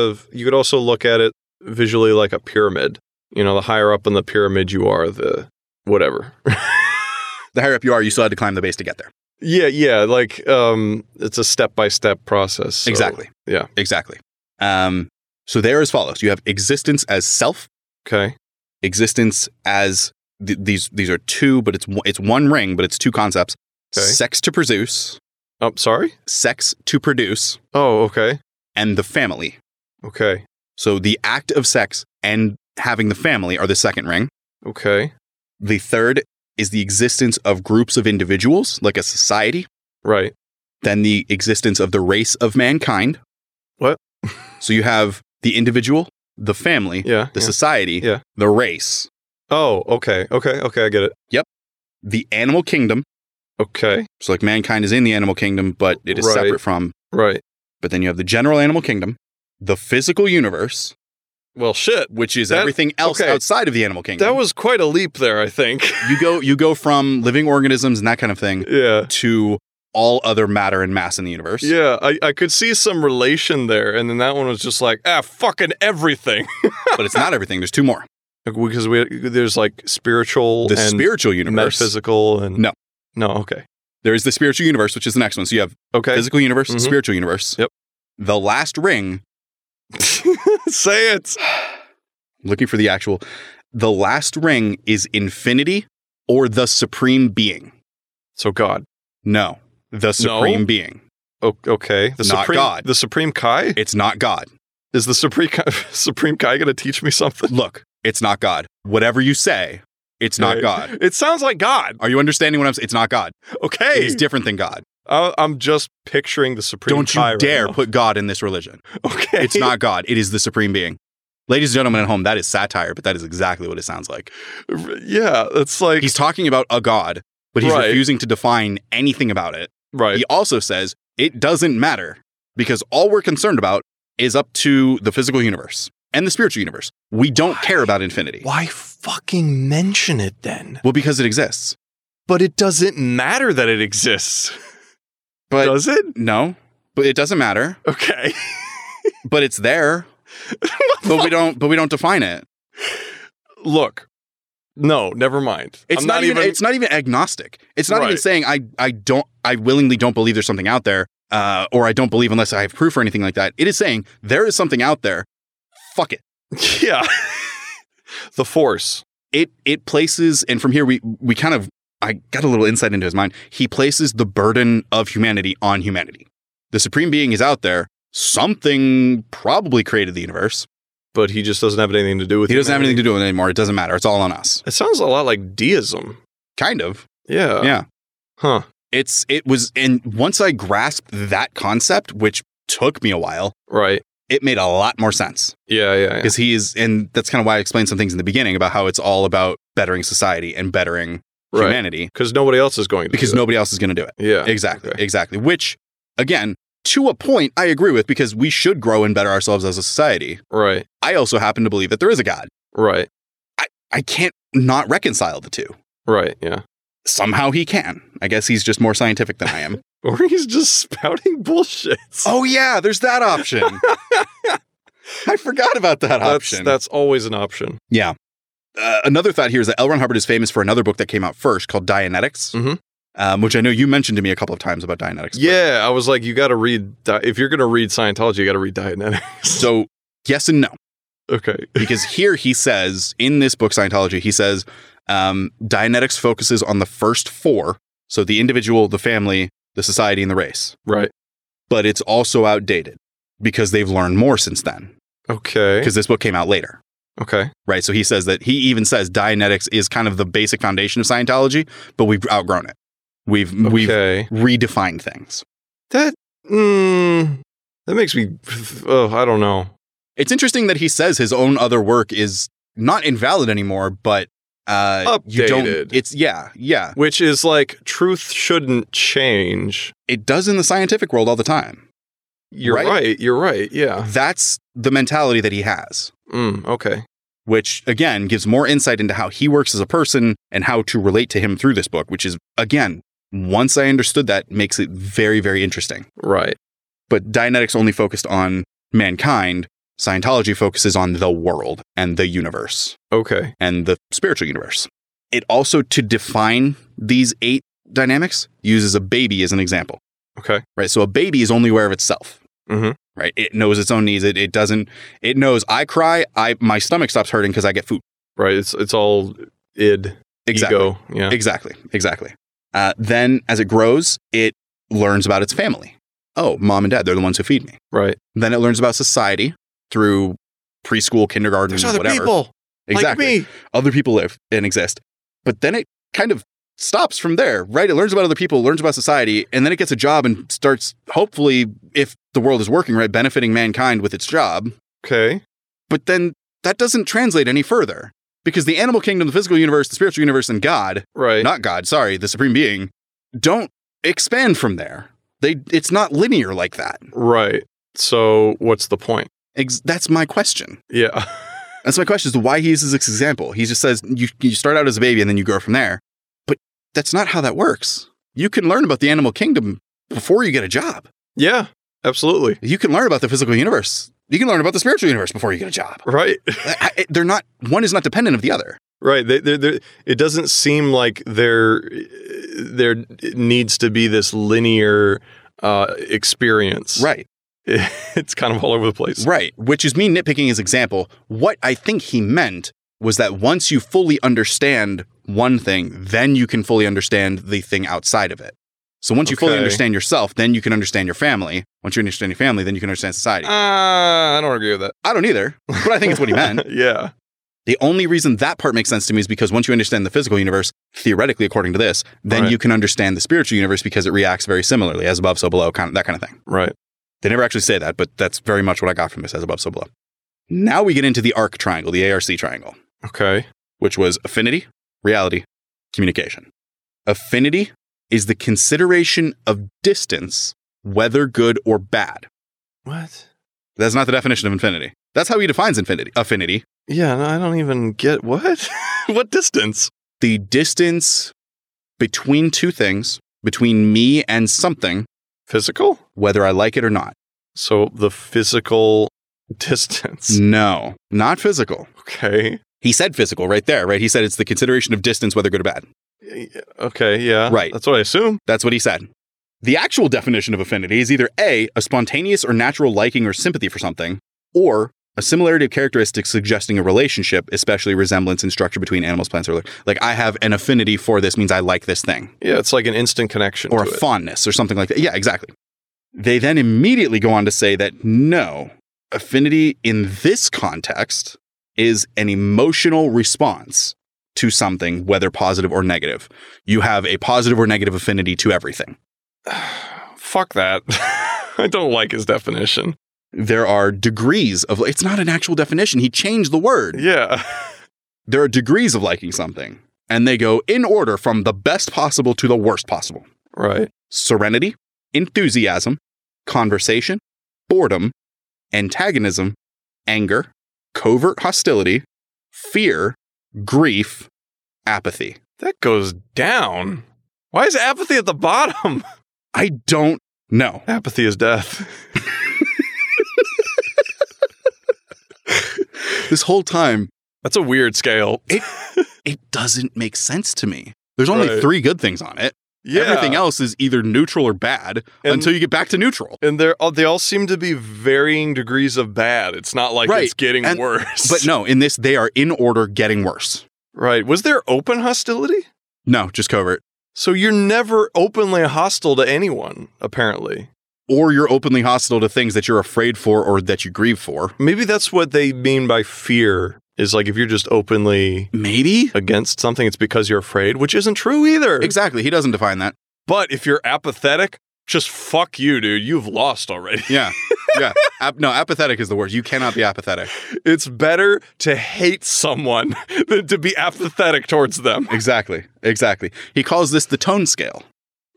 S1: uh, you could also look at it visually like a pyramid. You know, the higher up in the pyramid you are, the whatever. *laughs*
S2: the higher up you are, you still had to climb the base to get there.
S1: yeah. Yeah. Like, um, it's a step by step process. so-
S2: exactly.
S1: yeah.
S2: Exactly. Um, so there as follows: you have existence as self,
S1: Okay.
S2: existence as th- these. These are two, but it's one, it's one ring, but it's two concepts:
S1: Okay.
S2: sex to produce,
S1: Oh, sorry.
S2: sex to produce,
S1: Oh, okay.
S2: and the family.
S1: Okay.
S2: So the act of sex and having the family are the second ring.
S1: Okay.
S2: The third is the existence of groups of individuals, like a society.
S1: Right.
S2: Then the existence of the race of mankind.
S1: What?
S2: *laughs* so you have the individual, the family,
S1: Yeah.
S2: the
S1: yeah.
S2: society,
S1: Yeah.
S2: the race,
S1: Oh, okay. Okay. Okay. I get it.
S2: the animal kingdom.
S1: Okay.
S2: So like mankind is in the animal kingdom, but it is
S1: Right.
S2: separate from.
S1: Right.
S2: But then you have the general animal kingdom, the physical universe,
S1: Well, shit.
S2: which is
S1: That-
S2: everything else
S1: okay.
S2: outside of the animal kingdom.
S1: That was quite a leap there, I think.
S2: you go you go from living organisms and that kind of thing
S1: *laughs* yeah. *laughs*
S2: to all other matter and mass in the universe.
S1: Yeah, I, I could see some relation there. And then that one was just like, ah, fucking everything.
S2: But it's not everything. There's
S1: *laughs*
S2: two more.
S1: Because we there's like spiritual
S2: The
S1: and
S2: spiritual universe.
S1: metaphysical and.
S2: No.
S1: No, okay.
S2: There is the spiritual universe, which is the next one. So you have
S1: Okay.
S2: *laughs* physical universe,
S1: Mhm.
S2: spiritual universe.
S1: Yep.
S2: The last ring,
S1: Say it.
S2: looking for the actual, the last ring is infinity or the supreme being.
S1: So, God.
S2: No, the supreme being.
S1: O- okay. The
S2: Not
S1: Supreme,
S2: God.
S1: The Supreme Kai?
S2: It's not God.
S1: Is the Supreme Kai, *laughs* Supreme Kai going to teach me something?
S2: Look, it's not God. Whatever you say, it's not
S1: Okay.
S2: God.
S1: It sounds like God.
S2: Are you understanding what I'm saying? It's not God.
S1: Okay. *laughs*
S2: It is different than God.
S1: I, I'm just picturing the supreme.
S2: Don't you
S1: Kai right
S2: dare
S1: now. *laughs*
S2: put God in this religion.
S1: Okay,
S2: It's not God, it is the supreme being. Ladies and gentlemen at home, that is satire, but that is exactly what it sounds like.
S1: *laughs* Yeah, it's like
S2: He's talking about a God, but he's
S1: Right.
S2: refusing to define anything about it.
S1: right.
S2: He also says it doesn't matter because all we're concerned about is up to the physical universe and the spiritual universe. We don't care about infinity.
S1: Why fucking mention it then?
S2: Well, because it exists.
S1: But it doesn't matter that it exists,
S2: But
S1: does it?
S2: no, but it doesn't matter.
S1: Okay.
S2: But
S1: *laughs*
S2: it's there. but we don't. But we don't define it.
S1: Look, no, never mind.
S2: It's
S1: I'm
S2: not, even, It's not even agnostic. It's not even
S1: Right.
S2: saying I. I don't. I willingly don't believe there's something out there, uh, or I don't believe unless I have proof or anything like that. It is saying there is something out there. Fuck it.
S1: *laughs* yeah. the force.
S2: it it places and from here we we kind of I got a little insight into his mind. He places the burden of humanity on humanity. The supreme being is out there. Something probably created the universe.
S1: But he just doesn't have anything to do with
S2: He doesn't have anything to do with it anymore. It doesn't matter. It's all on us.
S1: It sounds a lot like deism.
S2: Kind of.
S1: Yeah.
S2: Yeah.
S1: Huh.
S2: It's it was and once I grasped that concept, which took me a while,
S1: Right.
S2: it made a lot more sense.
S1: Yeah, yeah, yeah.
S2: Because he is and that's kind of why I explained some things in the beginning about how it's all about bettering society and bettering
S1: Right.
S2: humanity.
S1: Because nobody else is going to.
S2: Because
S1: do
S2: nobody else is gonna do it.
S1: it. Yeah.
S2: Exactly.
S1: Okay.
S2: Exactly. Which, again, to a point, I agree with because we should grow and better ourselves as a society.
S1: Right.
S2: I also happen to believe that there is a God.
S1: Right.
S2: I can't not reconcile the two.
S1: Right. Yeah. *laughs*
S2: Somehow he can. I guess he's just more scientific than
S1: *laughs*
S2: I am.
S1: Or he's just spouting *laughs* bullshit.
S2: oh, yeah, there's
S1: *laughs*
S2: that option. I forgot about that
S1: that's,
S2: option.
S1: that's always an option.
S2: yeah. Uh, another thought here is that L. Ron Hubbard is famous for another book that came out first called Dianetics,
S1: Mhm.
S2: um, which I know you mentioned to me a couple of times about Dianetics. but-
S1: Yeah, I was like, you got to read. Di- if you're going to read Scientology, you got to read Dianetics.
S2: So, yes and no.
S1: *laughs* okay,
S2: because here he says in this book Scientology he says um, Dianetics focuses on the first four, so the individual, the family, the society, and the race,
S1: right,
S2: but it's also outdated because they've learned more since then
S1: okay,
S2: because this book came out later.
S1: okay,
S2: Right, so he says that he even says Dianetics is kind of the basic foundation of Scientology, but we've outgrown it. We've we've
S1: okay.
S2: redefined things.
S1: That mm, that makes me. Oh, I don't know.
S2: It's interesting that he says his own other work is not invalid anymore, but uh, you don't.
S1: Updated.
S2: It's yeah, yeah.
S1: Which is like truth shouldn't change.
S2: It does in the scientific world all the time.
S1: You're
S2: Right?
S1: right. You're right. Yeah.
S2: That's the mentality that he has,
S1: Mm, okay.
S2: which again gives more insight into how he works as a person and how to relate to him through this book, which is, again, once I understood that, makes it very, very interesting.
S1: Right.
S2: But Dianetics only focused on mankind. Scientology focuses on the world and the universe
S1: Okay.
S2: and the spiritual universe. It also, to define these eight dynamics, uses a baby as an example.
S1: Okay.
S2: right? So a baby is only aware of itself,
S1: Mhm.
S2: right? It knows its own needs. It, it doesn't. It knows I cry. I my stomach stops hurting because I get food.
S1: Right. It's it's all id
S2: Exactly.
S1: ego. Yeah.
S2: Exactly. Exactly. Uh, then as it grows, it learns about its family. Oh, mom and dad, they're the ones who feed me.
S1: right.
S2: Then it learns about society through preschool, kindergarten,
S1: Mm,
S2: whatever. exactly.
S1: like me.
S2: Other people live and exist. But then it kind of stops from there, right? It learns about other people, learns about society, and then it gets a job and starts, hopefully, if the world is working right, benefiting mankind with its job.
S1: Okay.
S2: But then that doesn't translate any further because the animal kingdom, the physical universe, the spiritual universe, and God,
S1: Right.
S2: not God, sorry, the supreme being, don't expand from there. They, it's not linear like that.
S1: right. So what's the point?
S2: Ex- that's my question.
S1: Yeah. *laughs*
S2: That's my question is why he uses this example. He just says you, you start out as a baby and then you grow from there. But that's not how that works. You can learn about the animal kingdom before you get a job.
S1: yeah. Absolutely.
S2: You can learn about the physical universe. You can learn about the spiritual universe before you get a job. *laughs*
S1: Right.
S2: I- I- They're not, one is not dependent of the other.
S1: Right. They, they, they, it doesn't seem like there there needs to be this linear uh, experience.
S2: Right,
S1: *laughs* It's kind of all over the place.
S2: right. Which is me nitpicking his example. What I think he meant was that once you fully understand one thing, then you can fully understand the thing outside of it. So once you fully
S1: Okay.
S2: understand yourself, then you can understand your family. Once you understand your family, then you can understand society.
S1: Uh, I don't agree with that.
S2: I don't either, but I think it's what he meant.
S1: *laughs* yeah.
S2: The only reason that part makes sense to me is because once you understand the physical universe, theoretically, according to this, then
S1: Right.
S2: you can understand the spiritual universe because it reacts very similarly, as above, so below, kind of, that kind of thing.
S1: Right.
S2: They never actually say that, but that's very much what I got from this, as above, so below. Now we get into the arc triangle, the ARC triangle,
S1: Okay.
S2: which was affinity, reality, communication. Affinity is the consideration of distance, whether good or bad.
S1: What?
S2: That's not the definition of infinity. That's how he defines infinity. Affinity,
S1: Yeah, no, I don't even get what? *laughs* what distance?
S2: the distance between two things, between me and something,
S1: Physical?
S2: whether I like it or not.
S1: So the physical distance.
S2: No, not physical.
S1: Okay.
S2: He said physical right there, right? He said it's the consideration of distance, whether good or bad.
S1: Okay, yeah.
S2: Right.
S1: That's what I assume.
S2: That's what he said. The actual definition of affinity is either A, a spontaneous or natural liking or sympathy for something, or a similarity of characteristics suggesting a relationship, especially resemblance in structure between animals, plants, or like, like I have an affinity for this means I like this thing.
S1: Yeah, it's like an instant connection
S2: or a
S1: to it.
S2: fondness or something like that. Yeah, exactly. They then immediately go on to say that no, affinity in this context is an emotional response to something, whether positive or negative. You have a positive or negative affinity to everything.
S1: *sighs* Fuck that. *laughs* I don't like his definition.
S2: There are degrees of, it's not an actual definition. He changed the word.
S1: Yeah. *laughs*
S2: There are degrees of liking something, and they go in order from the best possible to the worst possible
S1: Right.
S2: serenity, enthusiasm, conversation, boredom, antagonism, anger, covert hostility, fear, grief, apathy.
S1: That goes down. Why is apathy at the bottom? *laughs*
S2: I don't know.
S1: Apathy is death. *laughs*
S2: This whole time,
S1: That's a weird scale.
S2: it doesn't make sense to me. There's only
S1: Right.
S2: three good things on it.
S1: Yeah.
S2: Everything else is either neutral or bad
S1: And-
S2: until you get back to neutral.
S1: and they're all, they all seem to be varying degrees of bad. It's not like
S2: Right.
S1: it's getting
S2: And-
S1: worse.
S2: But no, in this, they are in order getting worse.
S1: *laughs* right? Was there open hostility?
S2: No, just covert.
S1: So you're never openly hostile to anyone, apparently.
S2: Or you're openly hostile to things that you're afraid for or that you grieve for.
S1: Maybe that's what they mean by fear. Is like if you're just openly
S2: Maybe?
S1: against something, it's because you're afraid, which isn't true either.
S2: Exactly. He doesn't define that.
S1: but if you're apathetic, just fuck you, dude. You've lost already. *laughs*
S2: Yeah. Yeah. Ap- no, apathetic is the word. You cannot be apathetic.
S1: It's better to hate someone *laughs* than to be apathetic towards them.
S2: Exactly. Exactly. He calls this the tone scale.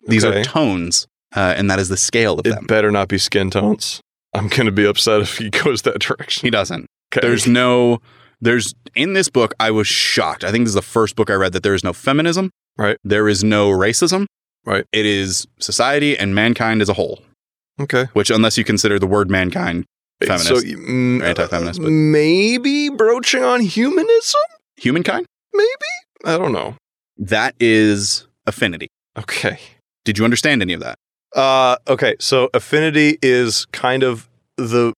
S2: These
S1: Okay.
S2: are tones, uh, and that is the scale of them.
S1: It better not be skin tones. I'm gonna be upset *laughs* if he goes that direction.
S2: He doesn't.
S1: Okay.
S2: There's no, there's, in this book, I was shocked. I think this is the first book I read that there is no feminism.
S1: Right.
S2: There is no racism.
S1: Right.
S2: It is society and mankind as a whole,
S1: okay.
S2: which, unless you consider the word mankind, feminist.
S1: So mm,
S2: Or anti-feminist, but-
S1: maybe broaching on humanism.
S2: humankind,
S1: Maybe I don't know.
S2: that is affinity.
S1: Okay.
S2: Did you understand any of that?
S1: Uh, okay. So affinity is kind of the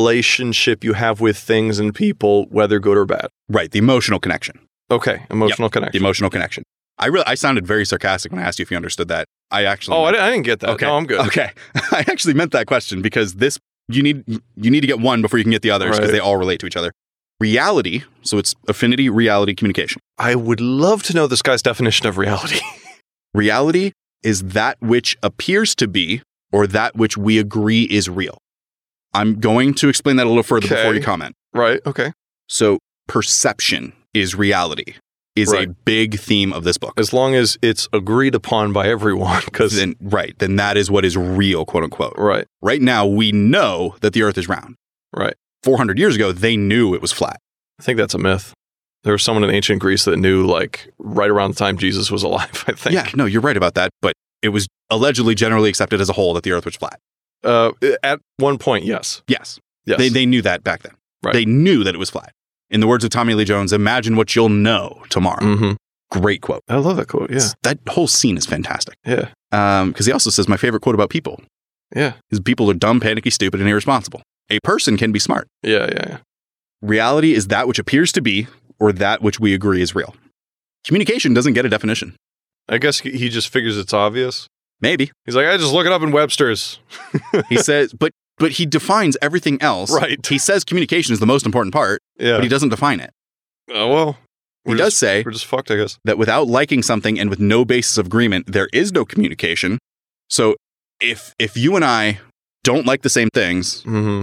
S1: relationship you have with things and people, whether good or bad.
S2: Right. The emotional connection.
S1: Okay. Emotional
S2: the
S1: connection.
S2: emotional connection. I really, I sounded very sarcastic when I asked you if you understood that. I actually,
S1: Oh, I, di- I didn't get that.
S2: Okay.
S1: No, I'm good.
S2: okay, *laughs* I actually meant that question because this you need you need to get one before you can get the others because
S1: Right.
S2: they all relate to each other. Reality, so it's affinity, reality, communication.
S1: I would love to know this guy's definition of reality. *laughs*
S2: Reality is that which appears to be or that which we agree is real. I'm going to explain that a little further before
S1: Okay.
S2: you comment.
S1: right. Okay.
S2: So perception is reality is a
S1: Right.
S2: big theme of this book.
S1: As long as it's agreed upon by everyone, because
S2: Then, right, then that is what is real, quote unquote.
S1: right.
S2: Right now, we know that the Earth is round.
S1: Right.
S2: 400 years ago, they knew it was flat.
S1: I think that's a myth. There was someone in ancient Greece that knew, like, right around the time Jesus was alive, *laughs* I think.
S2: Yeah, no, you're right about that. But it was allegedly generally accepted as a whole that the Earth was flat.
S1: Uh, at one point, yes.
S2: Yes.
S1: Yes.
S2: They, they knew that back then.
S1: Right.
S2: They knew that it was flat. In the words of Tommy Lee Jones, imagine what you'll know tomorrow.
S1: hmm
S2: Great quote.
S1: I love that quote. Yeah.
S2: S- That whole scene is fantastic.
S1: Yeah.
S2: Because he also says, my favorite quote about people
S1: Yeah.
S2: is people are dumb, panicky, stupid, and irresponsible. A person can be smart.
S1: Yeah. Yeah. yeah.
S2: Reality is that which appears to be or that which we agree is real. Communication doesn't get a definition.
S1: I guess he he just figures it's obvious.
S2: Maybe.
S1: He's like, I just look it up in
S2: *laughs*
S1: Webster's.
S2: He says, but but he defines everything else.
S1: Right.
S2: He says communication is the most important part,
S1: Yeah.
S2: but he doesn't define it.
S1: oh, well,
S2: He
S1: We're
S2: does
S1: just-
S2: say
S1: We're just fucked, I guess.
S2: that without liking something and with no basis of agreement, there is no communication. So if if you and I don't like the same things
S1: hmm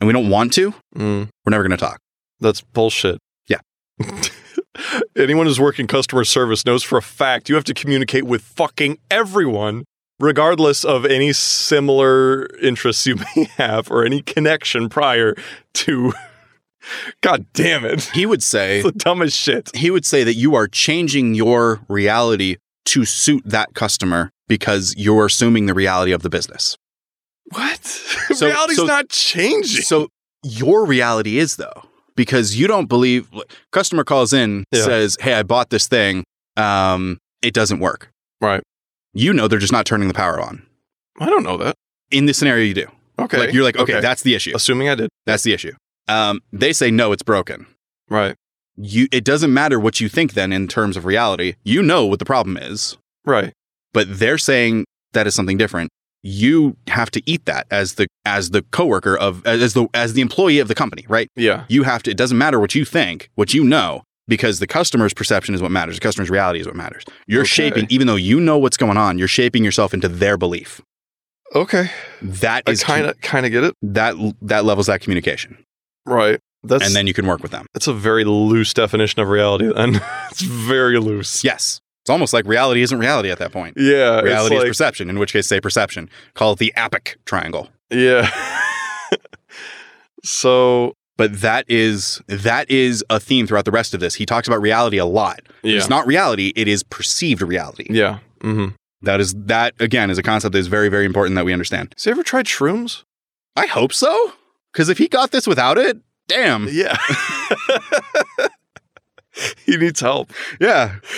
S2: and we don't want to,
S1: Mm,
S2: we're never going to talk.
S1: that's bullshit.
S2: Mm-hmm. Yeah.
S1: *laughs* Anyone who's working customer service knows for a fact you have to communicate with fucking everyone, regardless of any similar interests you *laughs* may have or any connection prior to. *laughs* God damn it.
S2: He would say
S1: *laughs* It's the dumbest shit.
S2: he would say that you are changing your reality to suit that customer because you're assuming the reality of the business.
S1: *laughs* What?
S2: So-
S1: Reality's
S2: so-
S1: not changing.
S2: So your reality is though, because you don't believe customer calls in,
S1: Yeah.
S2: says, Hey, I bought this thing. Um, it doesn't work.
S1: Right.
S2: You know they're just not turning the power on.
S1: I don't know that.
S2: In this scenario, you do.
S1: Okay.
S2: Like you're like, okay,
S1: Okay.
S2: that's the issue.
S1: Assuming I did.
S2: That's the issue. Um, they say no, it's broken.
S1: Right.
S2: You it doesn't matter what you think then in terms of reality. You know what the problem is,
S1: Right.
S2: but they're saying that is something different. You have to eat that as the as the coworker of as the as the employee of the company, right?
S1: Yeah.
S2: you have to it doesn't matter what you think what you know because the customer's perception is what matters the customer's reality is what matters you're
S1: Okay.
S2: shaping even though you know what's going on you're shaping yourself into their belief
S1: Okay.
S2: that
S1: I
S2: is
S1: kind of kind of get it.
S2: that that levels that communication
S1: Right. That's
S2: and then you can work with them
S1: That's a very loose definition of reality, then. *laughs* it's very loose.
S2: yes it's almost like reality isn't reality at that point
S1: Yeah.
S2: reality is
S1: it's
S2: perception in which case say perception call it the apic triangle
S1: like, yeah. *laughs* so,
S2: but that is that is a theme throughout the rest of this he talks about reality a lot
S1: yeah.
S2: it's not reality it is perceived reality
S1: yeah. Mm-hmm.
S2: that is that again is a concept that is very very important that we understand
S1: Has he ever tried shrooms?
S2: I hope so. Because if he got this without it, damn.
S1: Yeah. *laughs* he needs help.
S2: Yeah. *laughs*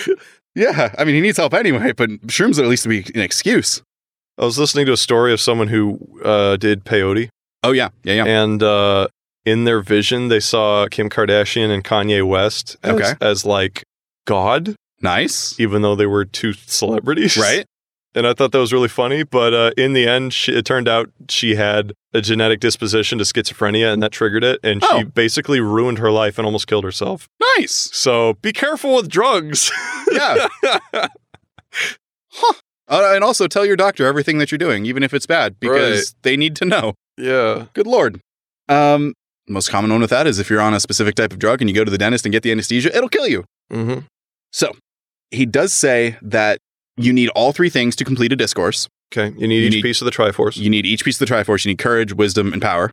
S2: Yeah. I mean, he needs help anyway, but shrooms would at least be an excuse.
S1: I was listening to a story of someone who uh, did peyote,
S2: Oh, yeah. Yeah. Yeah.
S1: and uh, in their vision, they saw Kim Kardashian and Kanye West as,
S2: Okay.
S1: as like God,
S2: *laughs* Nice.
S1: even though they were two celebrities.
S2: Right?
S1: *laughs* and I thought that was really funny. But uh, in the end, she, it turned out she had a genetic disposition to schizophrenia, and that triggered it. And
S2: Oh.
S1: she basically ruined her life and almost killed herself.
S2: Nice.
S1: So be careful with drugs. *laughs*
S2: *laughs* Yeah. Uh, and also tell your doctor everything that you're doing, even if it's bad, because they need to know.
S1: yeah.
S2: Good Lord. Um, most common one with that is if you're on a specific type of drug and you go to the dentist and get the anesthesia, it'll kill you.
S1: hmm
S2: So he does say that you need all three things to complete a discourse.
S1: Okay. You need
S2: You
S1: each
S2: need-
S1: piece of the Triforce.
S2: You need each piece of the Triforce. You need courage, wisdom, and power.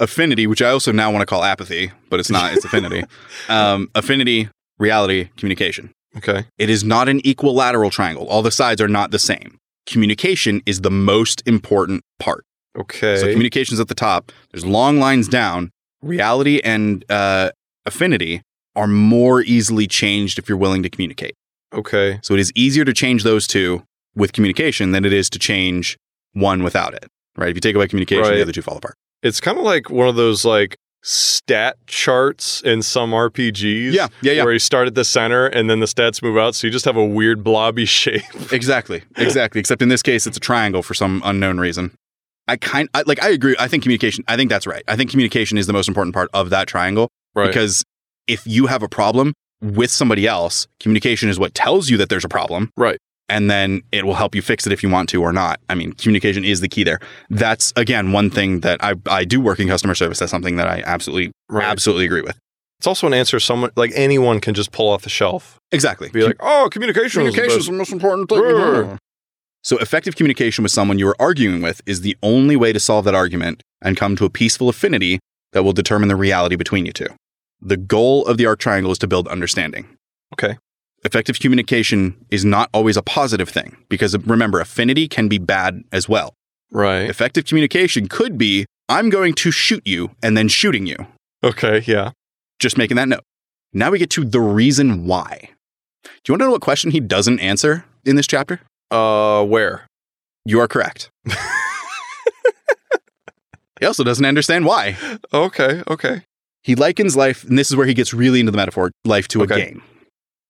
S2: Affinity, which I also now want to call apathy, but it's not. It's affinity. Um, affinity, reality, communication.
S1: okay.
S2: It is not an equilateral triangle. All the sides are not the same. Communication is the most important part.
S1: Okay.
S2: So communication's at the top. There's long lines down. Reality and uh, affinity are more easily changed if you're willing to communicate.
S1: okay.
S2: So it is easier to change those two with communication than it is to change one without it. Right? If you take away communication,
S1: Right.
S2: the other two fall apart.
S1: It's kind of like one of those like stat charts in some RPGs.
S2: Yeah, yeah, yeah.
S1: Where you start at the center and then the stats move out, so you just have a weird blobby *laughs* shape.
S2: Exactly. Exactly. Except in this case it's a triangle for some unknown reason. I kind I, like I agree. I think communication I think that's right. I think communication is the most important part of that triangle
S1: Right.
S2: because if you have a problem with somebody else, communication is what tells you that there's a problem.
S1: Right.
S2: And then it will help you fix it if you want to or not. I mean, communication is the key there. That's again one thing that I, I do work in customer service. That's something that I absolutely
S1: right.
S2: absolutely agree with.
S1: It's also an answer someone like anyone can just pull off the shelf.
S2: Exactly.
S1: Be like, oh, communication. was the
S2: communication's
S1: best."
S2: most important thing.
S1: Brr.
S2: So effective communication with someone you are arguing with is the only way to solve that argument and come to a peaceful affinity that will determine the reality between you two. The goal of the arc triangle is to build understanding.
S1: Okay.
S2: Effective communication is not always a positive thing because remember, affinity can be bad as well.
S1: right.
S2: Effective communication could be I'm going to shoot you and then shooting you
S1: okay. Yeah.
S2: just making that note. Now we get to the reason why. Do you want to know what question he doesn't answer in this chapter?
S1: Uh, where?
S2: You are correct. *laughs* he also doesn't understand why.
S1: Okay. Okay.
S2: He likens life, and this is where he gets really into the metaphor life to a
S1: Okay.
S2: game.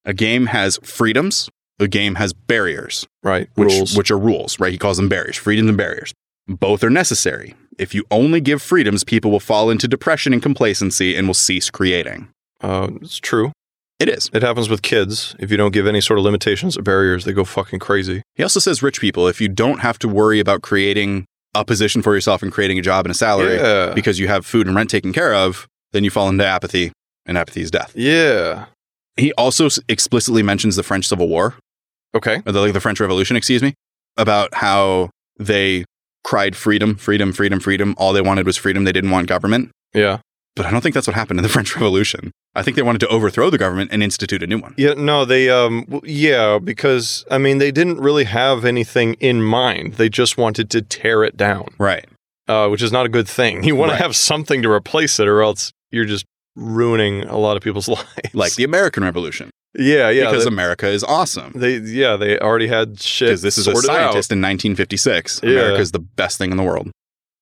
S2: A game has freedoms, a game has barriers.
S1: Right.
S2: which,
S1: Rules.
S2: which are rules, right? He calls them barriers, freedoms and barriers. Both are necessary. If you only give freedoms, people will fall into depression and complacency and will cease creating.
S1: uh, it's true.
S2: It is.
S1: It happens with kids. If you don't give any sort of limitations or barriers, they go fucking crazy.
S2: He also says rich people, if you don't have to worry about creating a position for yourself and creating a job and a salary
S1: Yeah.
S2: because you have food and rent taken care of, then you fall into apathy, and apathy is death.
S1: yeah.
S2: He also s- explicitly mentions the French Civil War,
S1: Okay.
S2: or the, like the French Revolution, excuse me, about how they cried freedom, freedom, freedom, freedom. All they wanted was freedom. They didn't want government.
S1: Yeah.
S2: But I don't think that's what happened in the *laughs* French Revolution. I think they wanted to overthrow the government and institute a new one.
S1: Yeah. No, they, um, w- yeah, because, I mean, they didn't really have anything in mind. They just wanted to tear it down,
S2: Right.
S1: uh, which is not a good thing. You want
S2: Right.
S1: to have something to replace it, or else you're just ruining a lot of people's *laughs* lives.
S2: Like the American Revolution.
S1: yeah, yeah.
S2: because
S1: they,
S2: America is awesome.
S1: they, yeah, they already had shit.
S2: Because this is a
S1: sorted out.
S2: scientist in 1956.
S1: Yeah.
S2: America's the best thing in the world.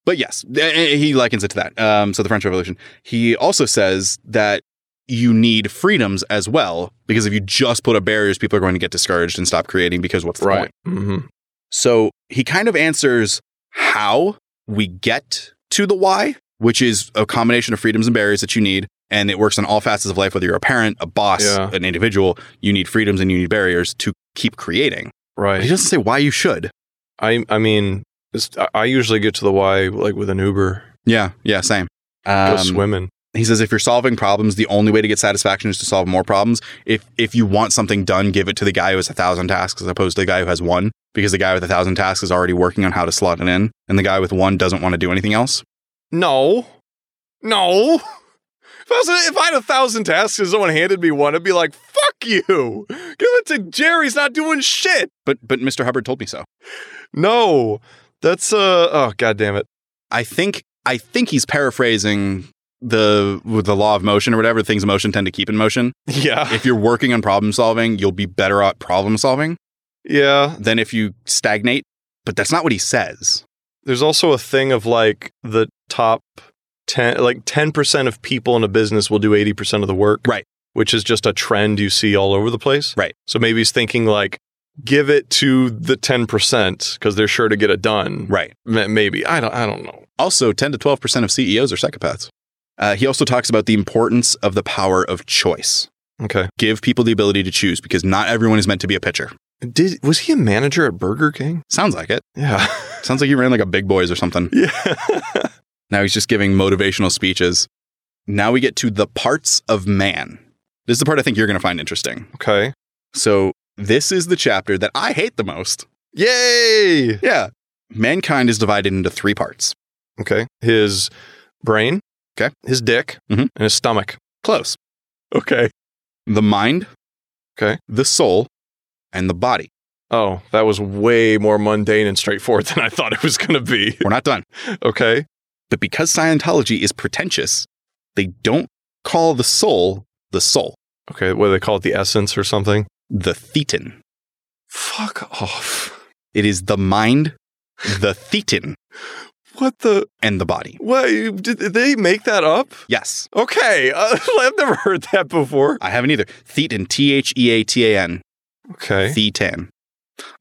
S2: But yes, eh, eh, he likens it to that. Um, so the French Revolution. He also says that you need freedoms as well, because if you just put up barriers, people are going to get discouraged and stop creating because what's the point?
S1: Right. hmm
S2: So he kind of answers how we get to the why, which is a combination of freedoms and barriers that you need. And it works on all facets of life, whether you're a parent, a boss,
S1: Yeah.
S2: an individual, you need freedoms and you need barriers to keep creating. But he
S1: Right.
S2: doesn't say why you should.
S1: I, I mean, it's, I- I usually get to the why, like with an Uber,
S2: Yeah, yeah, same.
S1: go
S2: Um,
S1: swimming.
S2: He says if you're solving problems, the only way to get satisfaction is to solve more problems. If if you want something done, give it to the guy who has a thousand tasks as opposed to the guy who has one, because the guy with a thousand tasks is already working on how to slot it in, and the guy with one doesn't want to do anything else.
S1: No. No. *laughs* If I, was, if I had a thousand tasks and someone handed me one, I'd be like, fuck you. Give it to Jerry. He's not doing shit.
S2: But but Mr. Hubbard told me so.
S1: No. That's, uh, oh, God damn it. *laughs*
S2: I think I think he's paraphrasing the with the law of motion or whatever things in motion tend to keep in motion.
S1: Yeah.
S2: If you're working on problem solving, you'll be better at problem solving
S1: Yeah.
S2: than if you stagnate. But that's not what he says.
S1: There's also a thing of like the top 10, like 10% of people in a business will do 80% of the work.
S2: Right.
S1: Which is just a trend you see all over the place.
S2: Right.
S1: So maybe he's thinking like, give it to the 10% because they're sure to get it done.
S2: Right.
S1: Ma- Maybe. I don't, I don't know.
S2: Also, 10 to 12% of CEOs are psychopaths. Uh, he also talks about the importance of the power of choice.
S1: Okay.
S2: Give people the ability to choose because not everyone is meant to be a pitcher.
S1: Did was he a manager at Burger King?
S2: Sounds like it.
S1: Yeah.
S2: Sounds like he ran like a big boys or something.
S1: *laughs* yeah.
S2: Now he's just giving motivational speeches. Now we get to the parts of man. This is the part I think you're going to find interesting.
S1: *laughs* okay.
S2: So, this is the chapter that I hate the most.
S1: Yay.
S2: Yeah. Mankind is divided into three parts.
S1: Okay. His brain.
S2: Okay.
S1: His dick
S2: Mhm.
S1: and his stomach.
S2: Close.
S1: Mm-hmm. Okay.
S2: The mind,
S1: Okay.
S2: the soul, and the body.
S1: Oh, that was way more mundane and straightforward *laughs* than I thought it was going to be. *laughs*
S2: We're not done.
S1: Okay.
S2: But because Scientology is pretentious, they don't call the soul the soul,
S1: Okay. What do they call it? The essence or something?
S2: the thetan.
S1: Fuck off.
S2: It is the mind, the thetan,
S1: What the?
S2: and the body.
S1: What? you- Did they make that up?
S2: Yes,
S1: Okay. *laughs* Uh, I've never heard that before.
S2: I haven't either. Thetan, T H E A T A N,
S1: Okay.
S2: thetan.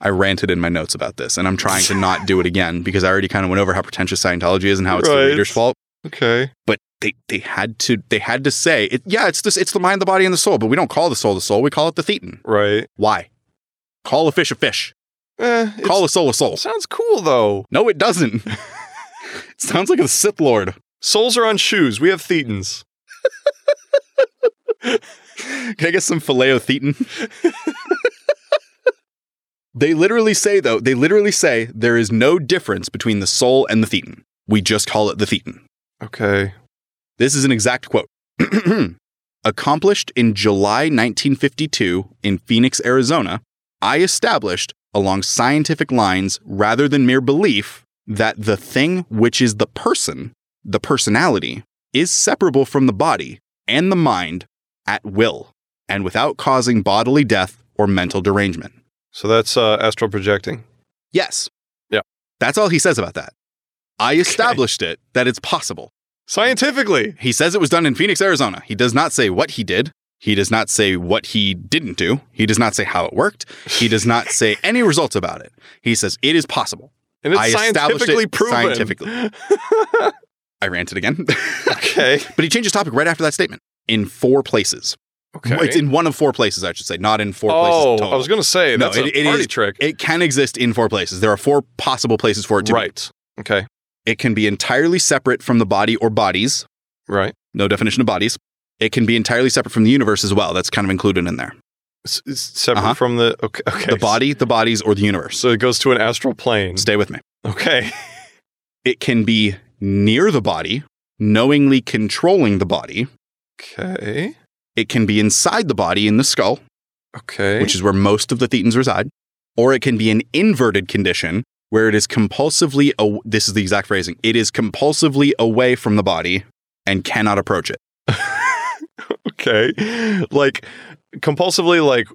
S2: I ranted in my notes about this, and I'm trying to not do it again because I already kind of went over how pretentious Scientology is and how it's the
S1: Right.
S2: reader's fault.
S1: Okay.
S2: But they, they had to they had to say it, yeah it's this it's the mind the body and the soul but we don't call the soul the soul we call it the thetan
S1: Right.
S2: why call a fish a fish
S1: Eh, it's-
S2: call a soul a soul
S1: sounds cool though.
S2: No, it doesn't. *laughs* it sounds like a Sith Lord.
S1: Souls are on shoes. We have thetans.
S2: Can I get some filet thetan? they literally say, though, they literally say there is no difference between the soul and the thetan. We just call it the thetan.
S1: Okay.
S2: This is an exact quote. *clears throat* Accomplished in July 1952 in Phoenix, Arizona, I established along scientific lines rather than mere belief that the thing which is the person, the personality, is separable from the body and the mind at will and without causing bodily death or mental derangement.
S1: So that's uh, astral projecting.
S2: Yes.
S1: Yeah.
S2: That's all he says about that. I established it that it's possible.
S1: Scientifically.
S2: He says it was done in Phoenix, Arizona. He does not say what he did. He does not say what he didn't do. He does not say how it worked. He does not
S1: *laughs*
S2: say any results about it. He says it is possible.
S1: And it's
S2: I established
S1: scientifically
S2: it
S1: proven. *laughs*
S2: scientifically. I ranted again. *laughs*
S1: okay.
S2: but he changes topic right after that statement in four places.
S1: Okay.
S2: It's in one of four places, I should say, not in four places
S1: oh,
S2: total.
S1: I was going to say
S2: No,
S1: that's
S2: it-
S1: a
S2: it
S1: party
S2: is-
S1: trick.
S2: it can exist in four places. There are four possible places for it to be.
S1: right. Okay.
S2: It can be entirely separate from the body or bodies.
S1: Right.
S2: No definition of bodies. It can be entirely separate from the universe as well. That's kind of included in there.
S1: S- s- separate
S2: Uh-huh.
S1: from the okay, okay.
S2: The body, the bodies, or the universe.
S1: So it goes to an astral plane.
S2: Stay with me.
S1: Okay.
S2: It can be near the body, knowingly controlling the body.
S1: Okay.
S2: It can be inside the body in the skull,
S1: Okay.
S2: which is where most of the thetans reside. Or it can be an inverted condition where it is compulsively, aw- this is the exact phrasing, it is compulsively away from the body and cannot approach it.
S1: *laughs* okay. Like compulsively like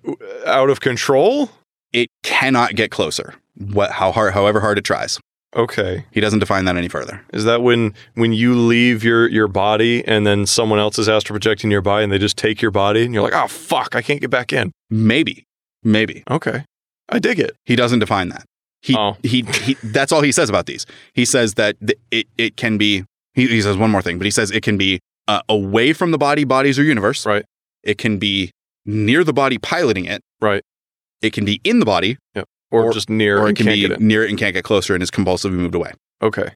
S1: out of control?
S2: It cannot get closer, what, how hard, however hard it tries.
S1: Okay.
S2: He doesn't define that any further.
S1: Is that when when you leave your your body and then someone else is astral projecting nearby and they just take your body and you're like, "Oh fuck, I can't get back in."
S2: Maybe, maybe.
S1: Okay. I dig it.
S2: He doesn't define that. He,
S1: Oh.
S2: he, he, that's all he says about these. He says that th- it, it can be, he, he says one more thing, but he says it can be uh, away from the body, bodies, or universe.
S1: Right.
S2: It can be near the body, piloting it.
S1: Right.
S2: It can be in the body,
S1: Or,
S2: Or-
S1: just near
S2: or it
S1: and
S2: can
S1: can't
S2: be
S1: get in.
S2: near it and can't get closer and is compulsively moved away.
S1: Okay.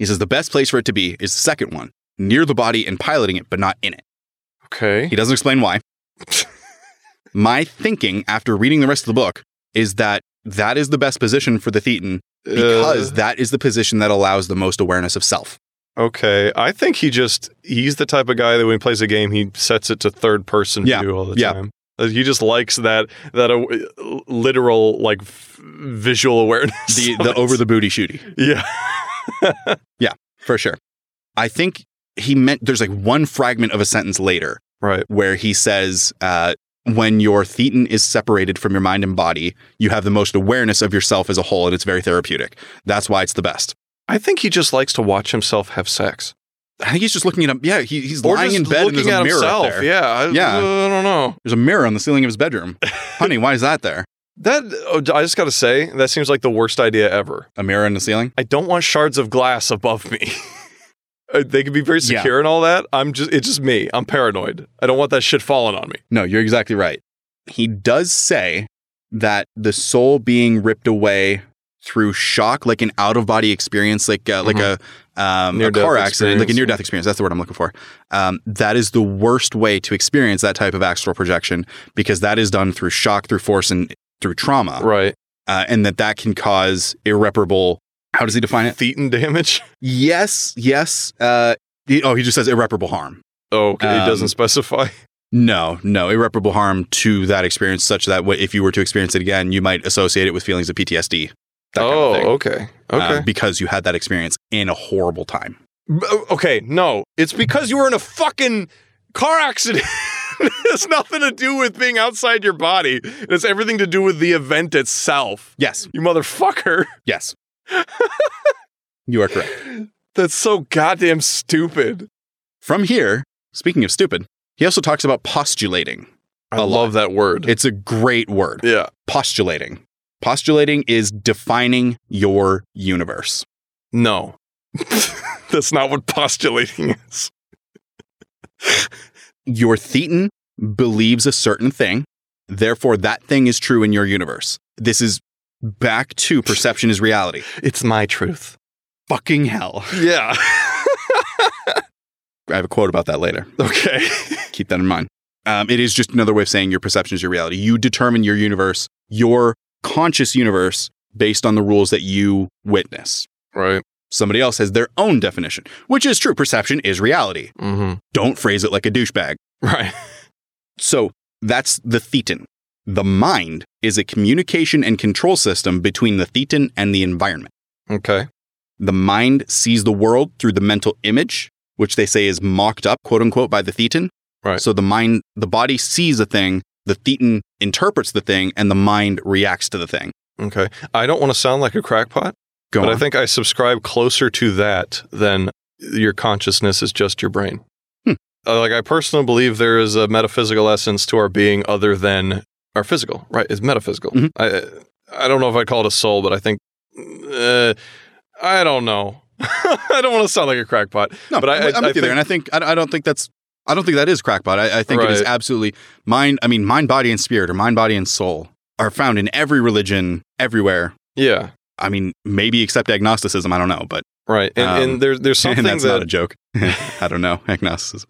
S2: He says the best place for it to be is the second one, near the body and piloting it, but not in it.
S1: Okay.
S2: He doesn't
S1: *laughs*
S2: explain why. My thinking after reading the rest of the book is that that is the best position for the Thetan because
S1: Uh,
S2: that is the position that allows the most awareness of self.
S1: okay, I think he just he's the type of guy that when he plays a game, he sets it to third person
S2: Yeah,
S1: view all the
S2: yeah.
S1: time. Uh, He just likes that that uh, literal like f- visual awareness.
S2: The
S1: *laughs* of
S2: the
S1: it.
S2: over the booty shooty
S1: yeah. *laughs*
S2: for sure. I think he meant there's like one fragment of a sentence later
S1: right.
S2: where he says uh, when your thetan is separated from your mind and body, you have the most awareness of yourself as a whole, and it's very therapeutic. That's why it's the best.
S1: I think he just likes to watch himself have sex.
S2: I think he's just looking at him. Yeah, he, he's lying in bed and there's
S1: looking
S2: a
S1: at
S2: mirror up
S1: himself.
S2: there.
S1: Yeah. I, uh,
S2: Yeah.
S1: I don't know.
S2: There's a mirror on the ceiling of
S1: *laughs*
S2: his bedroom. Honey, why is that there?
S1: That oh, I just got to say that seems like the worst idea ever.
S2: A mirror in the ceiling?
S1: I don't want shards of glass above me. *laughs* Uh, they can be very
S2: Yeah.
S1: secure and all that. I'm just it's just me. I'm paranoid. I don't want that shit falling on me.
S2: No, you're exactly right. He does say that the soul being ripped away through shock, like an out of body experience, like uh, like a, um, a
S1: Mm-hmm. Near-death
S2: car accident, like a
S1: experience.
S2: near death experience. That's the word I'm looking for. Um, that is the worst way to experience that type of astral projection because that is done through shock, through force, and through trauma,
S1: Right.
S2: uh, and that that can cause irreparable. How does he define it?
S1: Thetan damage. *laughs*
S2: Yes, yes. Uh, he- oh, he just says irreparable harm.
S1: Oh, okay. it
S2: Um,
S1: doesn't specify.
S2: No, no, irreparable harm to that experience, such that wh- if you were to experience it again, you might associate it with feelings of PTSD. That kind
S1: Oh,
S2: of thing,
S1: okay.
S2: uh,
S1: Okay.
S2: because you had that experience in a horrible time.
S1: B- oh, okay, no. It's because you were in a fucking car accident. *laughs* it has nothing to do with being outside your body. It has everything to do with the event itself.
S2: Yes,
S1: You motherfucker. *laughs*
S2: yes. you are correct.
S1: That's so goddamn stupid.
S2: From here, speaking of stupid, he also talks about postulating.
S1: I
S2: A lot.
S1: love that word.
S2: It's a great word.
S1: yeah.
S2: Postulating. Postulating is defining your universe.
S1: No. *laughs* That's not what postulating is.
S2: your thetan believes a certain thing therefore that thing is true in your universe this is back to perception is reality
S1: It's my truth.
S2: fucking hell
S1: Yeah. *laughs*
S2: i have a quote about that later
S1: okay.
S2: keep that in mind um, it is just another way of saying your perception is your reality you determine your universe your conscious universe based on the rules that you witness
S1: Right.
S2: somebody else has their own definition which is true perception is reality
S1: Mm-hmm.
S2: don't phrase it like a douchebag
S1: Right.
S2: So that's the thetan. The mind is a communication and control system between the thetan and the environment.
S1: Okay.
S2: The mind sees the world through the mental image, which they say is mocked up, quote unquote, by the thetan.
S1: Right.
S2: So the mind, the body sees a thing, the thetan interprets the thing, and the mind reacts to the thing.
S1: Okay. I don't want to sound like a crackpot,
S2: Go
S1: but
S2: on.
S1: I think I subscribe closer to that than your consciousness is just your brain.
S2: Hmm.
S1: Uh, like I personally believe there is a metaphysical essence to our being other than our physical. Right? It's metaphysical.
S2: Mhm.
S1: I I don't know if I call it a soul, but I think uh, I don't know. *laughs* I don't want to sound like a crackpot.
S2: no,
S1: but I-
S2: I'm with
S1: I- I
S2: you there,
S1: think-
S2: and I think I, I don't think that's I don't think that is crackpot. I, I think it is
S1: Right.
S2: absolutely mind. I mean, mind, body, and spirit, or mind, body, and soul, are found in every religion, everywhere.
S1: Yeah.
S2: I mean, maybe except agnosticism. I don't know, but *laughs*
S1: Right. And,
S2: Um,
S1: and there's there's something
S2: *laughs* and that's
S1: that
S2: not a joke. I don't know *laughs* agnosticism.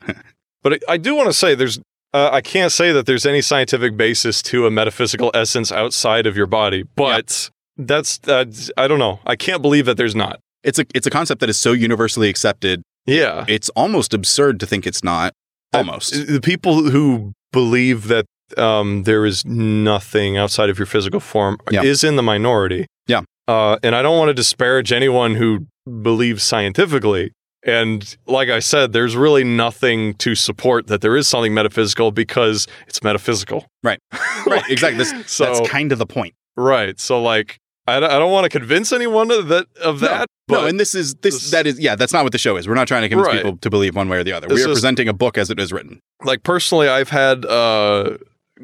S1: But I I do want to say there's, uh, I can't say that there's any scientific basis to a metaphysical essence outside of your body, but that's, that's, I don't know. I can't believe that there's not.
S2: it's a it's a concept that is so universally accepted.
S1: Yeah.
S2: It's almost absurd to think it's not. Almost.
S1: The people who believe that um, there is nothing outside of your physical form
S2: Yeah.
S1: is in the minority.
S2: Yeah.
S1: Uh, and I don't want to disparage anyone who believes scientifically. And like I said, there's really nothing to support that there is something metaphysical because it's metaphysical. *laughs*
S2: Right.
S1: Like,
S2: right. Exactly. This,
S1: so
S2: that's kind of the point.
S1: Right. So like I don't, I don't want to convince anyone of that of
S2: No,
S1: that.
S2: no,
S1: but
S2: and this is this,
S1: this-
S2: that is yeah. That's not what the show is. We're not trying to convince
S1: Right.
S2: people to believe one way or the other.
S1: It's
S2: we are
S1: just-
S2: presenting a book as it is written.
S1: like personally I've had uh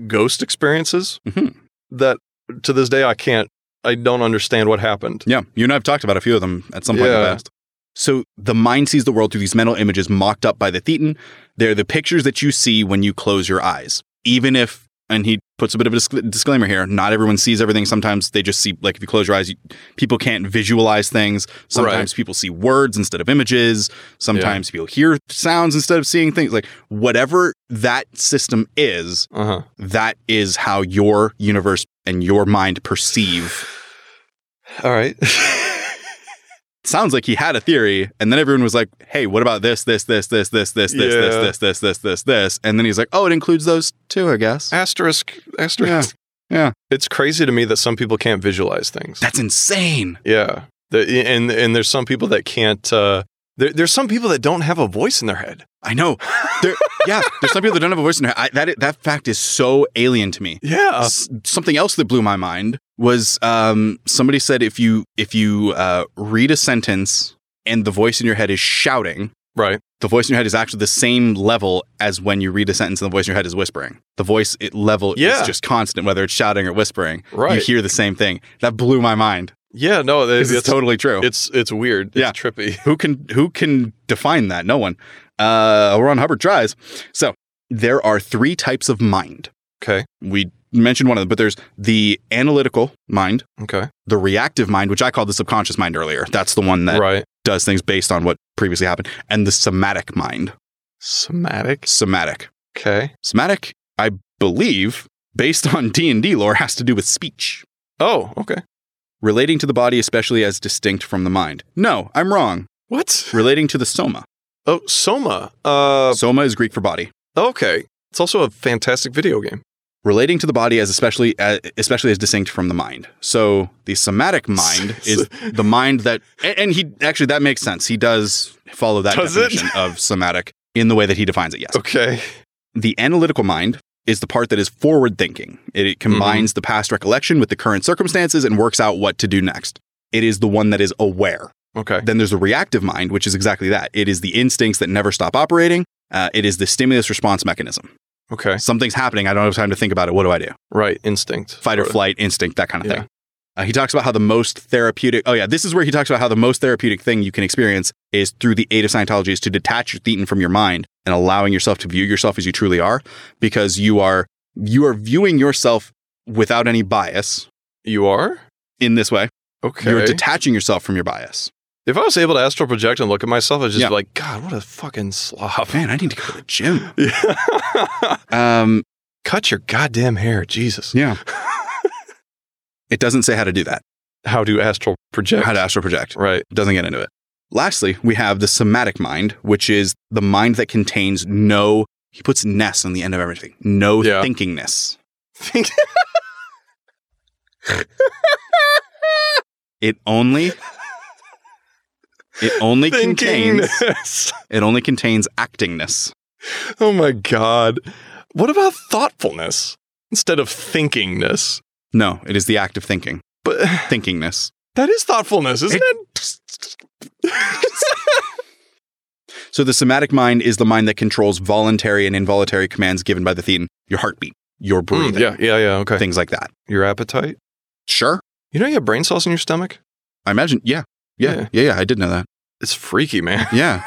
S1: ghost experiences
S2: Mhm.
S1: that to this day I can't I don't understand what happened.
S2: Yeah, you and I have talked about a few of them at some point in the
S1: Yeah.
S2: past. So the mind sees the world through these mental images mocked up by the thetan. They're the pictures that you see when you close your eyes, even if. And he puts a bit of a discl- disclaimer here. Not everyone sees everything. Sometimes they just see, like, if you close your eyes, you, people can't visualize things. Sometimes people see words instead of images. Sometimes people hear sounds instead of seeing things. Like, whatever that system is,
S1: Uh-huh.
S2: that is how your universe and your mind perceive
S1: All *laughs* right.
S2: sounds like he had a theory and then everyone was like hey what about this this this this this this this
S1: Yeah.
S2: this this this this this this and then he's like oh it includes those too i guess
S1: Uh, asterisk asterisk.
S2: Yeah. Yeah.
S1: It's crazy to me that some people can't visualize things.
S2: that's insane
S1: yeah. The, and and there's some people that can't uh there, there's some people that don't have a voice in their head.
S2: i know there, yeah there's some people that don't have a voice in their I, that that fact is so alien to me
S1: Yeah.
S2: S- something else that blew my mind was um, somebody said if you if you uh, read a sentence and the voice in your head is shouting
S1: Right.
S2: the voice in your head is actually the same level as when you read a sentence and the voice in your head is whispering. The voice it, level
S1: Yeah.
S2: is just constant, whether it's shouting or whispering. You
S1: Right.
S2: hear the same thing. That blew my mind.
S1: yeah, no, that-
S2: This is
S1: that's
S2: totally true.
S1: it's it's weird. It's
S2: Yeah.
S1: trippy. *laughs*
S2: who can who can define that? No one. Uh, Ron Hubbard tries. So there are three types of mind.
S1: Okay.
S2: We mentioned one of them, but there's the analytical mind,
S1: Okay.
S2: the reactive mind, which I called the subconscious mind earlier. That's the one that
S1: right.
S2: does things based on what previously happened, and the somatic mind.
S1: Somatic.
S2: Somatic.
S1: Okay.
S2: Somatic, I believe, based on *laughs* D&D lore, has to do with speech,
S1: Oh, okay.
S2: relating to the body especially as distinct from the mind. No, I'm wrong.
S1: What?
S2: Relating to the soma.
S1: Oh, Soma. Uh,
S2: Soma is Greek for body.
S1: okay. It's also a fantastic video game.
S2: Relating to the body as especially uh, especially as distinct from the mind. So
S1: *laughs*
S2: the somatic mind is the mind that and, and he actually that makes sense. He does follow that
S1: Does it?
S2: definition of somatic in the way that he defines it.
S1: *laughs*
S2: Yes.
S1: okay.
S2: The analytical mind is the part that is forward thinking. It, it combines the past recollection with the current circumstances and works out what to do next. It is the one that is aware.
S1: Okay.
S2: Then there's the reactive mind, which is exactly that. It is the instincts that never stop operating. Uh, it is the stimulus response mechanism.
S1: Okay.
S2: Something's happening. I don't have time to think about it. What do I do?
S1: Right. Instinct.
S2: Fight or
S1: Right.
S2: flight, instinct, that kind of
S1: Yeah.
S2: thing. Uh, he talks about how the most therapeutic, oh, yeah, this is where he talks about how the most therapeutic thing you can experience is through the aid of Scientology is to detach your thetan from your mind and allowing yourself to view yourself as you truly are because you are you are viewing yourself without any bias
S1: You are?
S2: in this way.
S1: Okay.
S2: You're detaching yourself from your bias.
S1: if I was able to astral project and look at myself, I'd just
S2: Yeah.
S1: be like, God, what a fucking slob.
S2: Oh, Man, I need to go to the gym.
S1: Yeah.
S2: Um,
S1: *laughs* Cut your goddamn hair. Jesus.
S2: yeah. It doesn't say how to do that,
S1: *laughs* How do astral project?
S2: how to astral
S1: *laughs*
S2: project.
S1: right.
S2: doesn't get into it. Lastly, we have the somatic mind, which is the mind that contains no, he puts ness on the end of everything, no
S1: Yeah.
S2: thinkingness.
S1: Think-
S2: It only, it
S1: *laughs*
S2: only contains, *laughs*
S1: Thinkingness.
S2: it only contains actingness.
S1: Oh my God. What about thoughtfulness instead of thinkingness?
S2: No, it is the act of thinking,
S1: But
S2: *laughs* thinkingness.
S1: that is thoughtfulness, isn't *laughs* it?
S2: So the somatic mind is the mind that controls voluntary and involuntary commands given by the thetan, your heartbeat, your
S1: Mm,
S2: breathing,
S1: yeah, yeah, yeah. Okay.
S2: things like that.
S1: Your appetite.
S2: Sure.
S1: You know you have brain cells in your stomach?
S2: I imagine. Yeah. Yeah.
S1: Yeah.
S2: Yeah. Yeah. I did know that.
S1: It's freaky, man. *laughs*
S2: Yeah.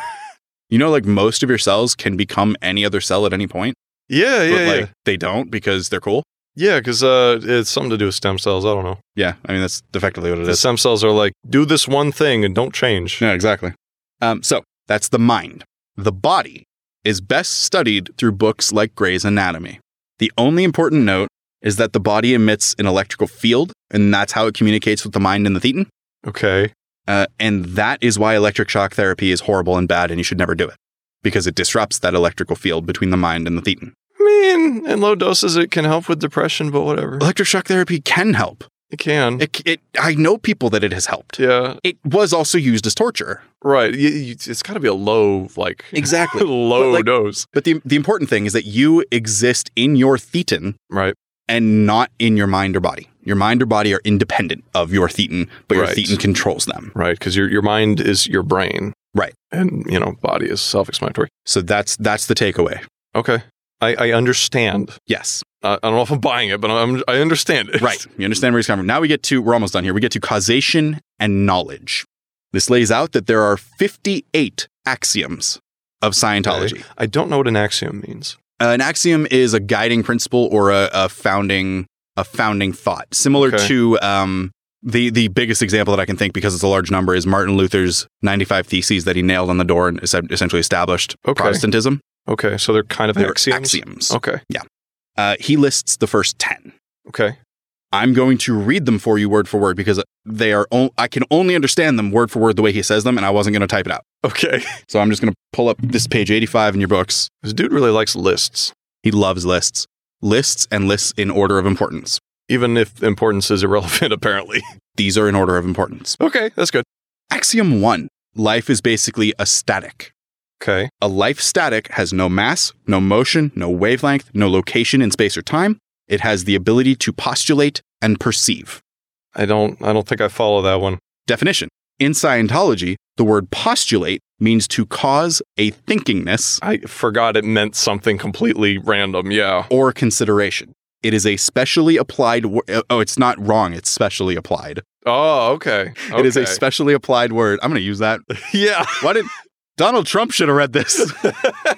S2: You know, like most of your cells can become any other cell at any point,
S1: Yeah, yeah,
S2: but like
S1: yeah.
S2: they don't because they're cool.
S1: Yeah, because uh, it's something to do with stem cells. I don't know.
S2: Yeah, I mean that's effectively what it
S1: The
S2: is.
S1: stem cells are like, do this one thing and don't change.
S2: Yeah, exactly. Um, so that's the mind. The body is best studied through books like Gray's Anatomy. The only important note is that the body emits an electrical field, and that's how it communicates with the mind and the thetan.
S1: Okay.
S2: Uh, and that is why electric shock therapy is horrible and bad, and you should never do it because it disrupts that electrical field between the mind and the thetan.
S1: I mean, in low doses, it can help with depression, but whatever.
S2: Electric shock therapy can help.
S1: It can.
S2: It, it, I know people that it has helped.
S1: yeah,
S2: It was also used as torture.
S1: right. You, you, it's got to be a low, like, *laughs*
S2: Exactly.
S1: low
S2: But, like-
S1: dose.
S2: But the, the important thing is that you exist in your thetan
S1: Right.
S2: and not in your mind or body. Your mind or body are independent of your thetan, but your
S1: Right.
S2: thetan controls them.
S1: Right. Because your, your mind is your brain.
S2: Right.
S1: And, you know, body is self explanatory.
S2: So that's that's the takeaway.
S1: Okay. I, I understand.
S2: Yes.
S1: I, I don't know if I'm buying it, but I'm, I understand it.
S2: Right. You understand where he's coming from. Now we get to we're almost done here. We get to causation and knowledge. This lays out that there are 58 axioms of Scientology.
S1: I don't know what an axiom means.
S2: Uh, an axiom is a guiding principle or a, a founding a founding thought similar
S1: Okay.
S2: to um, the the biggest example that I can think because it's a large number is Martin Luther's 95 theses that he nailed on the door and es- essentially established
S1: Okay.
S2: Protestantism.
S1: Okay. So they're kind of
S2: They're
S1: axioms. Oh.
S2: axioms.
S1: Okay.
S2: Uh, he lists the first 10.
S1: Okay.
S2: I'm going to read them for you word for word because they are on- I can only understand them word for word the way he says them and I wasn't going to type it out.
S1: Okay. *laughs*
S2: So I'm just going to pull up this page 85 in your books.
S1: This dude really likes lists,
S2: He loves lists. Lists and lists in order of importance.
S1: even if importance is irrelevant, *laughs* apparently.
S2: These are in order of importance.
S1: Okay. That's good.
S2: Axiom one life is basically a static.
S1: Okay.
S2: A life static has no mass, no motion, no wavelength, no location in space or time. It has the ability to postulate and perceive.
S1: I don't, I don't think I follow that one.
S2: Definition In Scientology, the word postulate means to cause a thinkingness
S1: I forgot it meant something completely random. Yeah.
S2: or consideration. It is a specially applied. Wo- oh, it's not wrong. It's specially applied.
S1: Oh, okay.
S2: *laughs* It is a
S1: Okay.
S2: specially applied word. I'm going to use that.
S1: *laughs* yeah.
S2: Why did Donald Trump should have read this? *laughs*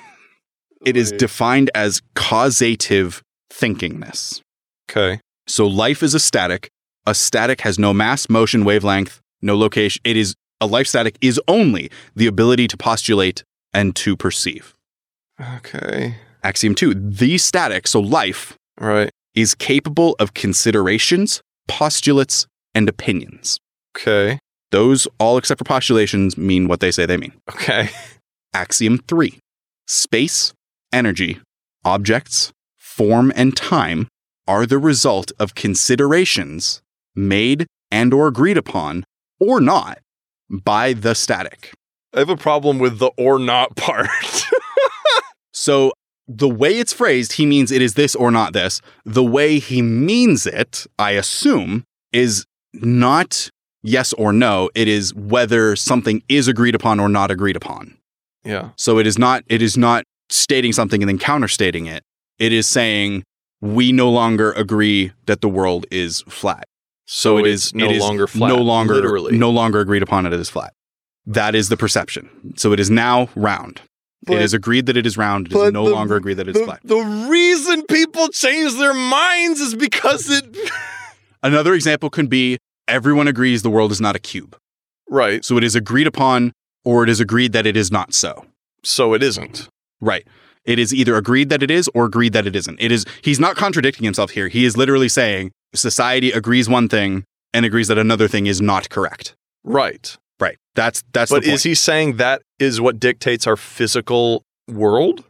S2: It is defined as causative thinkingness.
S1: okay.
S2: So life is a static. A static has no mass, motion, wavelength, no location. It is a life static is only the ability to postulate and to perceive.
S1: Okay.
S2: Axiom 2, the static, so life
S1: All right.
S2: is capable of considerations, postulates, and opinions.
S1: Okay.
S2: Those all except for postulations mean what they say they mean.
S1: Okay. *laughs*
S2: Axiom 3 Space, energy, objects, form, and time are the result of considerations made and or agreed upon or not by the static.
S1: I have a problem with the or not *laughs* part.
S2: So the way it's phrased, he means it is this or not this. The way he means it, I assume, is not yes or no. It is whether something is agreed upon or not agreed upon.
S1: yeah.
S2: So it is not it is not stating something and then counterstating it. It is saying we no longer agree that the world is flat.
S1: So,
S2: it
S1: it's
S2: is-
S1: no
S2: it is
S1: longer flat.
S2: no longer
S1: literally.
S2: no longer agreed upon it as flat. That is the perception. So it is now round.
S1: But-
S2: it is agreed that it is round. It is
S1: but
S2: no
S1: the-
S2: longer agreed that it's
S1: The,
S2: flat.
S1: the reason people change their minds is because it. *laughs*
S2: Another example can be everyone agrees the world is not a cube.
S1: right.
S2: So it is agreed upon or it is agreed that it is not so.
S1: So it isn't.
S2: Right. It is either agreed that it is or agreed that it isn't. It is he's not contradicting himself here. He is literally saying society agrees one thing and agrees that another thing is not correct.
S1: Right.
S2: Right. That's that's
S1: but
S2: the point.
S1: is he saying that is what dictates our physical world?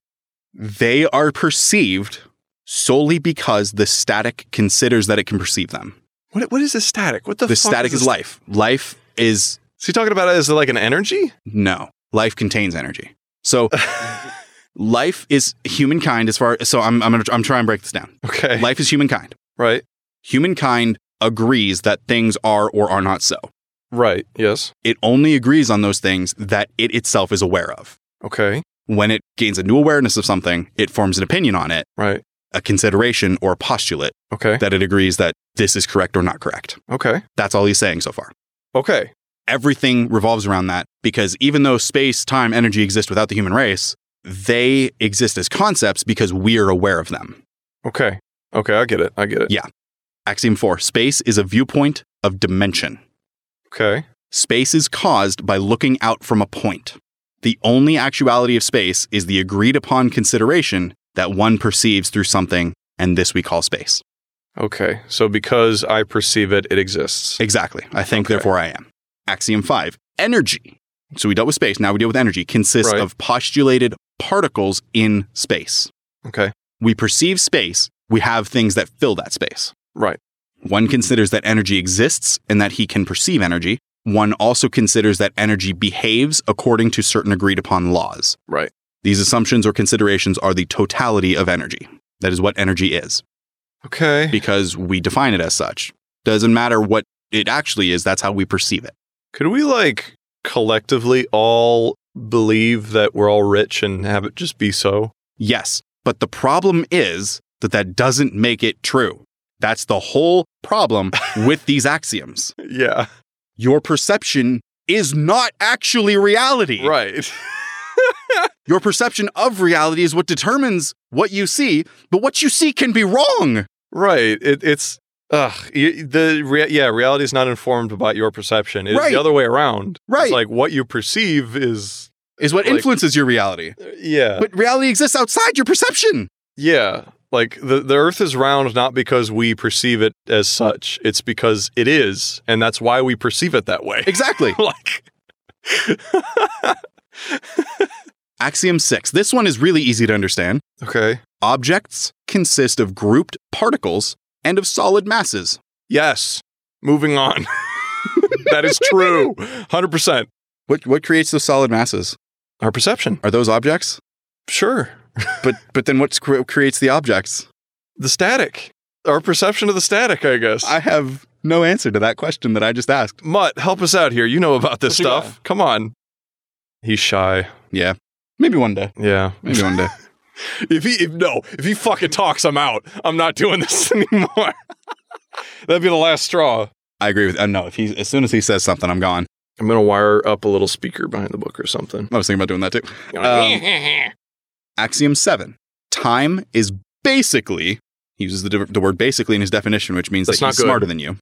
S2: they are perceived solely because the static considers that it can perceive them.
S1: What, what is the static? What the,
S2: The, static is,
S1: like?
S2: life. Life is
S1: Is he talking about it as like an
S2: *laughs*
S1: energy?
S2: no. Life contains energy. So life is humankind as far so I'm I'm gonna, I'm trying to break this down.
S1: okay.
S2: Life is humankind.
S1: right.
S2: Humankind agrees that things are or are not so.
S1: Right. Yes.
S2: it only agrees on those things that it itself is aware of.
S1: Okay.
S2: When it gains a new awareness of something, it forms an opinion on it,
S1: Right.
S2: a consideration or a postulate
S1: Okay.
S2: that it agrees that this is correct or not correct.
S1: Okay.
S2: That's all he's saying so far.
S1: Okay.
S2: everything revolves around that because even though space, time, energy exist without the human race, they exist as concepts because we are aware of them.
S1: Okay. Okay, I get it. I get it.
S2: Yeah. Axiom 4 Space is a viewpoint of dimension.
S1: Okay.
S2: Space is caused by looking out from a point. The only actuality of space is the agreed upon consideration that one perceives through something, and this we call space.
S1: Okay. So because I perceive it, it exists.
S2: Exactly. I think,
S1: Okay.
S2: therefore I am. Axiom five energy. So we dealt with space, now we deal with energy, consists
S1: Right.
S2: of postulated particles in space.
S1: Okay.
S2: We perceive space, we have things that fill that space.
S1: Right.
S2: One considers that energy exists and that he can perceive energy. One also considers that energy behaves according to certain agreed upon laws.
S1: Right.
S2: These assumptions or considerations are the totality of energy. That is what energy is
S1: Okay.
S2: because we define it as such. Doesn't matter what it actually is, that's how we perceive it.
S1: Could we like collectively all believe that we're all rich and have it just be so?
S2: Yes, but the problem is that that doesn't make it true. That's the whole
S1: *laughs*
S2: problem with these axioms. *laughs*
S1: Yeah.
S2: Your perception is not actually reality.
S1: Right. *laughs*
S2: Your perception of reality is what determines what you see, but what you see can be wrong.
S1: right. It, it's ugh. y- The rea- yeah, reality is not informed by your perception. It's
S2: Right.
S1: the other way around.
S2: Right.
S1: It's like what you perceive is
S2: Is what
S1: Like-
S2: influences your reality.
S1: yeah.
S2: But reality exists outside your perception.
S1: Yeah. Like the, the earth is round not because we perceive it as such. It's because it is, and that's why we perceive it that way. *laughs*
S2: Exactly.
S1: like
S2: Axiom six. This one is really easy to understand.
S1: Okay.
S2: Objects consist of grouped particles and of solid masses.
S1: Yes. Moving on. *laughs* that is true. 100%.
S2: What what creates those solid masses?
S1: Our perception.
S2: Are those objects?
S1: Sure.
S2: But but then what cre- creates the objects?
S1: The static. Our perception of the static, I guess.
S2: I have no answer to that question that I just asked.
S1: Mutt, help us out here. You know about this
S2: What you
S1: stuff. Come on. He's shy.
S2: Maybe one day.
S1: Yeah.
S2: Maybe one day.
S1: If he if no, if he fucking talks, I'm out. I'm not doing this *laughs* anymore. That'd be the last straw.
S2: *laughs* I agree with. Uh, no, if he as soon as he says something, I'm gone.
S1: I'm gonna wire up a little speaker behind the book or something.
S2: I was thinking about doing that too. Um, Axiom seven: Time is basically. He uses the, d- the word basically in his definition, which means
S1: That's
S2: that
S1: not
S2: he's
S1: good.
S2: smarter than you.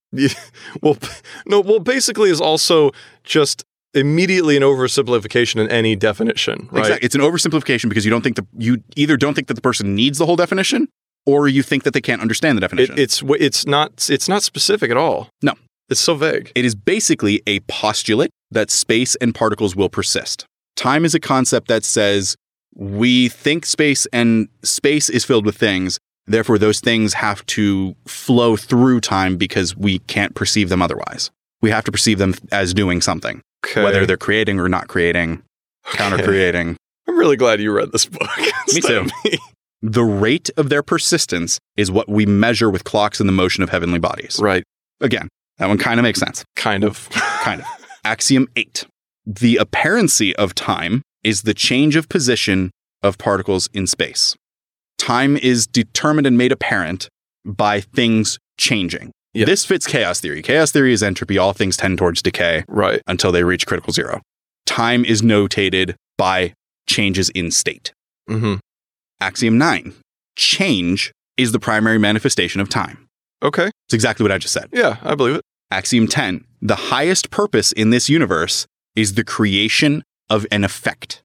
S1: well, p- no. Well, basically, is also just immediately an oversimplification in any definition, right?
S2: Exactly. It's an oversimplification because you don't think the you either don't think that the person needs the whole definition or you think that they can't understand the
S1: It,
S2: definition.
S1: it's w- it's not it's not specific at all.
S2: No.
S1: it's so vague.
S2: it is basically a postulate that space and particles will persist. Time is a concept that says we think space and space is filled with things. Therefore, those things have to flow through time because we can't perceive them otherwise. We have to perceive them as doing something,
S1: Okay.
S2: whether they're creating or not creating,
S1: Okay.
S2: counter creating.
S1: I'm really glad you read this book. *laughs* instead
S2: too.
S1: of me.
S2: The rate of their persistence is what we measure with clocks in the motion of heavenly bodies.
S1: Right.
S2: Again, that one kind of makes sense.
S1: Kind of.
S2: Kind of. Axiom 8. The apparency of time is the change of position of particles in space. Time is determined and made apparent by things changing.
S1: Yeah.
S2: This fits chaos theory. Chaos theory is entropy. All things tend towards decay
S1: *laughs* Right.
S2: until they reach critical zero. Time is notated by changes in state.
S1: Mm-hmm.
S2: Axiom 9 change is the primary manifestation of time.
S1: Okay.
S2: It's exactly what I just said.
S1: Yeah, I believe it.
S2: Axiom 10 the highest purpose in this universe is the creation of an effect.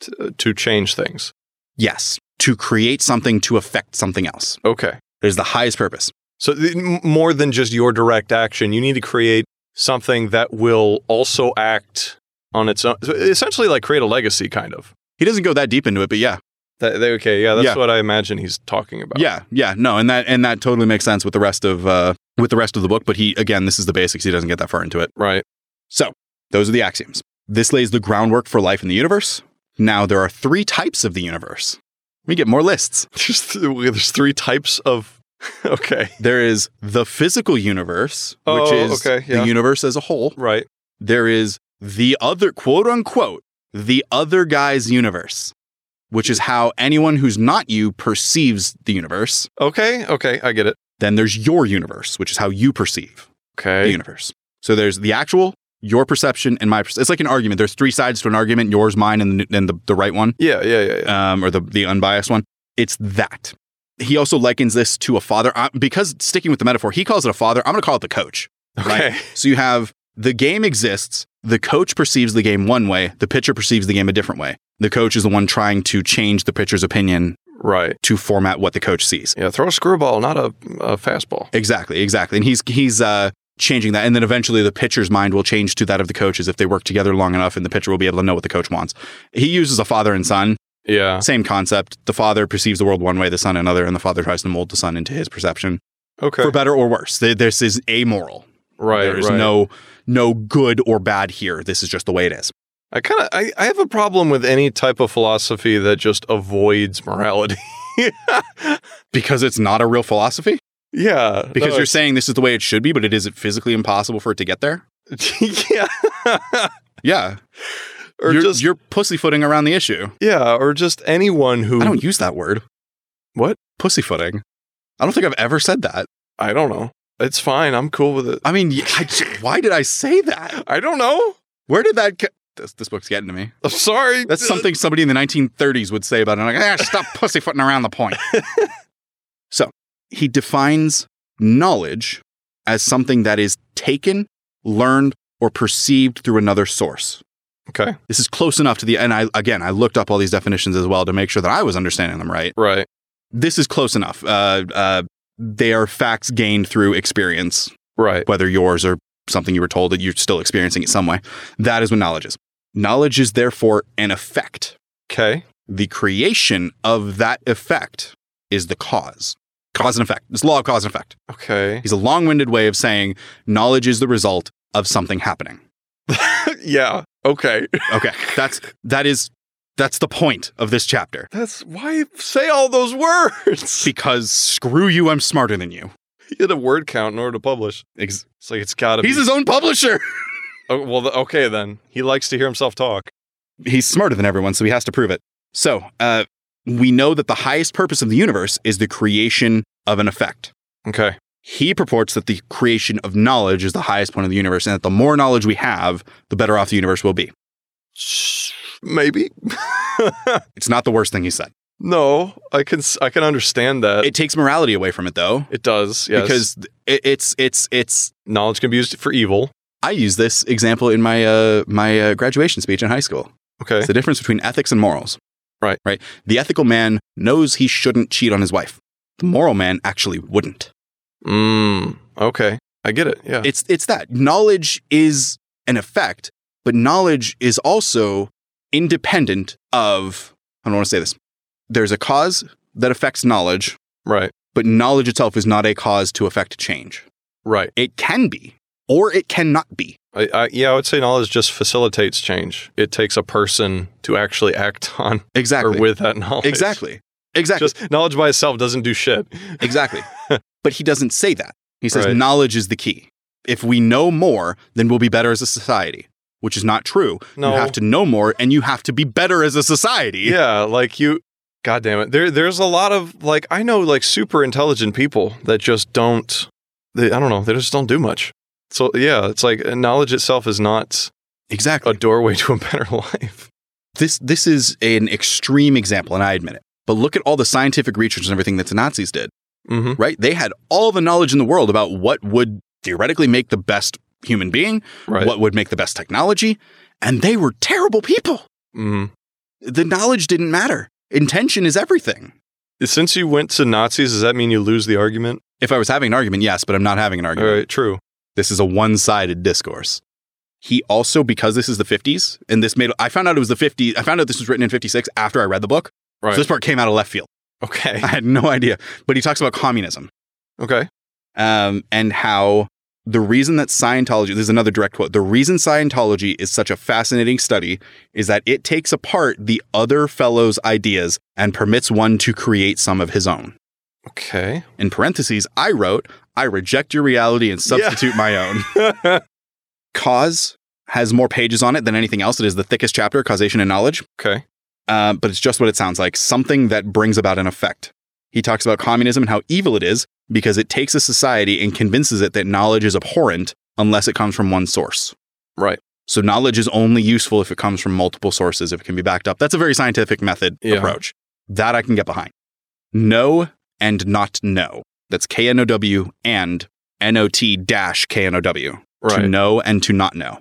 S1: T- uh, to change things.
S2: Yes, to create something to affect something else.
S1: Okay.
S2: There's the highest purpose.
S1: So th- m- more than just your direct action, you need to create something that will also act on its own. So essentially, like create a legacy, kind of.
S2: He doesn't go that deep into it, but yeah.
S1: That, they- okay, yeah, that's
S2: Yeah.
S1: what I imagine he's talking about.
S2: Yeah, yeah. No, and that and that totally makes sense with the rest of uh with the rest of the book, but he again, this is the basics. He doesn't get that far into it. *laughs*
S1: right.
S2: So, those are the axioms. This lays the groundwork for life in the universe. Now, there are three types of the universe. We get more lists.
S1: There's, th- there's three types of. *laughs* okay.
S2: There is the physical universe, which
S1: Oh,
S2: is
S1: okay, yeah.
S2: the universe as a whole.
S1: Right.
S2: There is the other, quote unquote, the other guy's universe, which is how anyone who's not you perceives the universe.
S1: Okay. Okay. I get it.
S2: Then there's your universe, which is how you perceive the
S1: Okay.
S2: universe. So there's the actual, your perception and my perception. It's like an argument. There's three sides to an argument yours, mine, and, the, and the, the right one,
S1: Yeah, yeah, yeah, yeah.
S2: um, or the, the unbiased one. It's that. He also likens this to a father. I, because sticking with the metaphor, he calls it a father. I'm going to call it the coach.
S1: Okay. *laughs*
S2: So you have the game exists, the coach perceives the game one way, the pitcher perceives the game a different way. The coach is the one trying to change the pitcher's opinion
S1: Right.
S2: to format what the coach sees.
S1: Yeah, throw a screwball, not a, a fastball.
S2: Exactly, exactly. And he's he's uh changing that and then eventually the pitcher's mind will change to that of the coach's if they work together long enough and the pitcher will be able to know what the coach wants. He uses a father and son,
S1: Yeah.
S2: same concept. The father perceives the world one way, the son another, and the father tries to mold the son into his perception.
S1: Okay.
S2: For better or worse. Th- This is amoral.
S1: right.
S2: There is
S1: right.
S2: no no good or bad here. This is just the way it is.
S1: I kind of I, I have a problem with any type of philosophy that just avoids morality. *laughs*
S2: Because it's not a real philosophy?
S1: yeah.
S2: Because
S1: No,
S2: you're saying this is the way it should be, but it is physically impossible for it to get there?
S1: it's- *laughs* yeah.
S2: Yeah.
S1: or
S2: you're,
S1: just
S2: you're pussyfooting around the issue.
S1: yeah, or just anyone who
S2: I don't use that word.
S1: What?
S2: Pussyfooting. I don't think I've ever said that.
S1: I don't know. It's fine. I'm cool with it.
S2: I mean, y- I j- why did I say that?
S1: I don't know.
S2: Where did that co- this, this book's getting to me.
S1: I'm sorry.
S2: That's something somebody in the 1930s would say about it. I'm like, ah, stop pussyfooting around the point. so he defines knowledge as something that is taken, learned, or perceived through another source.
S1: Okay.
S2: This is close enough to the, and I, again, I looked up all these definitions as well to make sure that I was understanding them right.
S1: Right.
S2: This is close enough. Uh, uh, they are facts gained through experience,
S1: Right.
S2: whether yours or something you were told that you're still experiencing it some way. That is what knowledge is. Knowledge is therefore an effect
S1: Okay.
S2: the creation of that effect is the cause. Cause and effect. It's law of cause and effect.
S1: Okay.
S2: He's a long-winded way of saying knowledge is the result of something happening.
S1: *laughs* yeah. Okay.
S2: Okay, that's that is that's the point of this chapter.
S1: That's why say all those words.
S2: Because screw you, I'm smarter than you.
S1: *laughs* you had a word count in order to publish.
S2: Ex-
S1: It's like it's got to be
S2: He's his own publisher.
S1: Oh, well, th- okay then. He likes to hear himself talk.
S2: He's smarter than everyone, so he has to prove it. So, uh, we know that the highest purpose of the universe is the creation of an effect.
S1: Okay.
S2: he purports that the creation of knowledge is the highest point of the universe and that the more knowledge we have, the better off the universe will be.
S1: Maybe.
S2: It's not the worst thing he said.
S1: no, I can s- I can understand that. It,
S2: It takes morality away from it though,
S1: does. Uh, Yes.
S2: because it, it's it's it's
S1: knowledge can be used for evil.
S2: I use this example in my uh, my uh, graduation speech in high school.
S1: Okay.
S2: It's the difference between ethics and morals.
S1: Right.
S2: Right. The ethical man knows he shouldn't cheat on his wife. The moral man actually wouldn't.
S1: Mm, okay. I get it. Yeah.
S2: It's it's that knowledge is an effect, but knowledge is also independent of. I don't want to say this. There's a cause that affects knowledge,
S1: right.
S2: but knowledge itself is not a cause to affect change.
S1: Right.
S2: It can be, or it cannot be.
S1: I, I, yeah, I would say knowledge just facilitates change. It takes a person to actually act *laughs* on
S2: Exactly.
S1: or with that knowledge.
S2: exactly.
S1: *laughs*
S2: Exactly.
S1: Just knowledge by itself doesn't do shit. *laughs*
S2: exactly. But he doesn't say that. He says
S1: Right.
S2: knowledge is the key. If we know more, then we'll be better as a society, which is not true.
S1: No.
S2: You have to know more, and you have to be better as a society.
S1: yeah like you god damn it there there's a lot of like i know like super intelligent people that just don't they i don't know they just don't do much so yeah it's like uh, knowledge itself is not
S2: Exactly.
S1: a doorway *laughs* to a better life
S2: this this is an extreme example, and I admit it. But look at all the scientific research and everything that the Nazis did,
S1: mm-hmm.
S2: right? They had all the knowledge in the world about what would theoretically make the best human being,
S1: right
S2: what would make the best technology, and they were terrible people.
S1: hmm
S2: The knowledge didn't matter. Intention is everything.
S1: since you went to nazis does that mean you lose the argument
S2: If I was having an argument, yes, but I'm not having an
S1: all
S2: argument.
S1: right true
S2: This is a one-sided discourse. He also, because this is the 50s, and this made I found out it was the 50s. I found out this was written in 56 after I read the book.
S1: right
S2: So this part came out of left field.
S1: okay
S2: *laughs* I had no idea. But he talks about communism
S1: *laughs* okay
S2: um, and how the reason that Scientology, this is another direct quote, the reason Scientology is such a fascinating study is that it takes apart the other fellow's ideas and permits one to create some of his own. *laughs*
S1: okay
S2: In parentheses, I wrote, I reject your reality and substitute my own. *laughs* Cause has more pages on it than anything else. It is the thickest chapter, Causation and Knowledge.
S1: okay
S2: Uh, but it's just what it sounds like something that brings about an effect. He talks about communism and how evil it is because it takes a society and convinces it that knowledge is abhorrent unless it comes from one source.
S1: Right.
S2: So knowledge is only useful if it comes from multiple sources, if it can be backed up. That's a very scientific method
S1: Yeah.
S2: approach. That I can get behind. Know and not know. That's K N O W and N O T dash K N O W.
S1: Right.
S2: To know and to not know.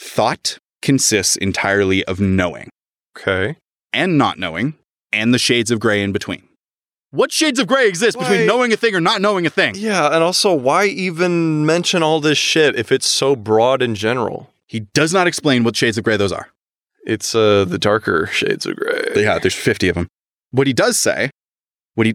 S2: Thought consists entirely of knowing
S1: Okay.
S2: and not knowing and the shades of gray in between. What shades of gray exist
S1: Why-
S2: between knowing a thing or not knowing a thing?
S1: Yeah, and also why even mention all this shit if it's so broad in general?
S2: He does not explain what shades of gray those are.
S1: It's uh the darker *laughs* shades of gray.
S2: Yeah, there's 50 of them. What he does say, what he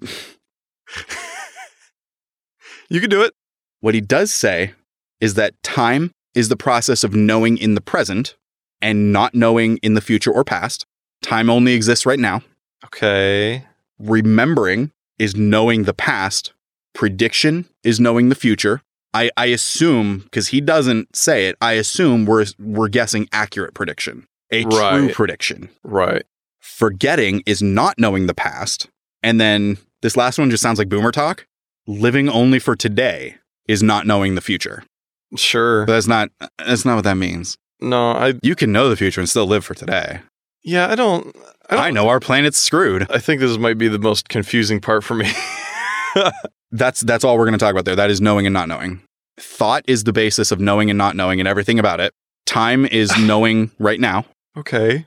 S1: You can do it.
S2: What he does say is that time is the process of knowing in the present and not knowing in the future or past. Time only exists right now.
S1: Okay.
S2: Remembering is knowing the past. Prediction is knowing the future. I, I assume, because he doesn't say it, I assume we're, we're guessing accurate prediction, a true
S1: Right.
S2: prediction.
S1: Right.
S2: Forgetting is not knowing the past. And then this last one just sounds like boomer talk. Living only for today is not knowing the future.
S1: Sure.
S2: But that's not that's not what that means.
S1: No, I
S2: You can know the future and still live for today.
S1: yeah, I don't I,
S2: I,
S1: don't,
S2: know our planet's screwed.
S1: I think this might be the most confusing part for me. *laughs*
S2: That's that's all we're going to talk about there. That is knowing and not knowing. Thought is the basis of knowing and not knowing and everything about it. Time is knowing right now.
S1: okay.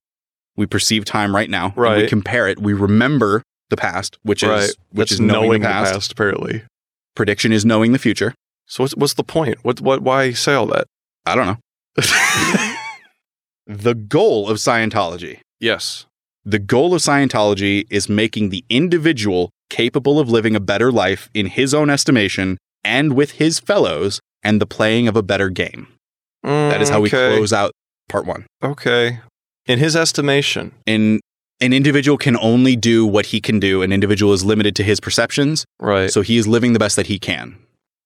S2: We perceive time right now. and We
S1: Right.
S2: compare it. We remember the past, which is
S1: right.
S2: which
S1: That's
S2: is knowing, the, past.
S1: apparently.
S2: Prediction is knowing the future.
S1: So what's what's the point? What what why say all that?
S2: I don't know. The goal of Scientology.
S1: yes.
S2: The goal of Scientology is making the individual capable of living a better life in his own estimation and with his fellows and the playing of a better game. That is how we
S1: Mm, Okay.
S2: close out part one.
S1: Okay. In his estimation.
S2: In an individual can only do what he can do. An individual is limited to his perceptions,
S1: Right.
S2: so he is living the best that he can.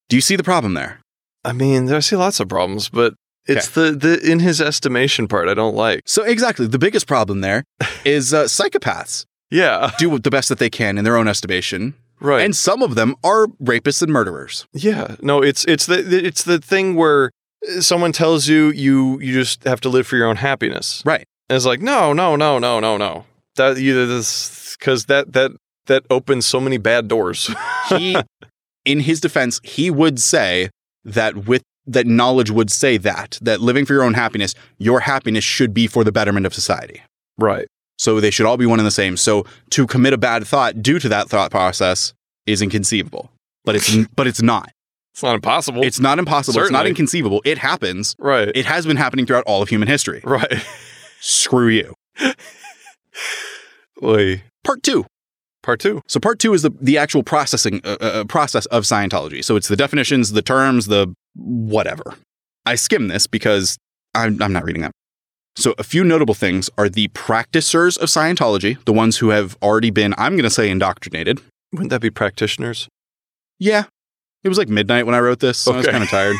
S2: Do you see the problem there?
S1: I mean, there- I see lots of problems, but it's the, the in his estimation part I don't like.
S2: So exactly, the biggest
S1: *laughs*
S2: problem there is uh, psychopaths
S1: Yeah,
S2: do the best that they can in their own estimation,
S1: right.
S2: and some of them are rapists and murderers.
S1: yeah, no, it's it's the the- it's the thing where uh, someone tells you you you just have to live for your own happiness,
S2: Right.
S1: And it's like no, no, no, no, no, no. That you this because that that that opens so many bad doors. *laughs*
S2: he in his defense he would say that with that knowledge would say that that living for your own happiness your happiness should be for the betterment of society
S1: right.
S2: so they should all be one and the same so to commit a bad thought due to that thought process is inconceivable but it's but it's not
S1: It's not impossible.
S2: it's not impossible it's not
S1: Certainly.
S2: inconceivable it happens
S1: right.
S2: it has been happening throughout all of human history
S1: *laughs* right.
S2: screw you
S1: Oy.
S2: part 2
S1: Part two.
S2: So part two is the the actual processing uh, uh, process of Scientology. So it's the definitions, the terms, the whatever. I skim this because I'm I'm not reading that. So a few notable things are the practicers of Scientology, the ones who have already been I'm going to say indoctrinated.
S1: Wouldn't that be practitioners?
S2: Yeah. It was like midnight when I wrote this, so I was
S1: Okay.
S2: kind
S1: *laughs*
S2: of tired.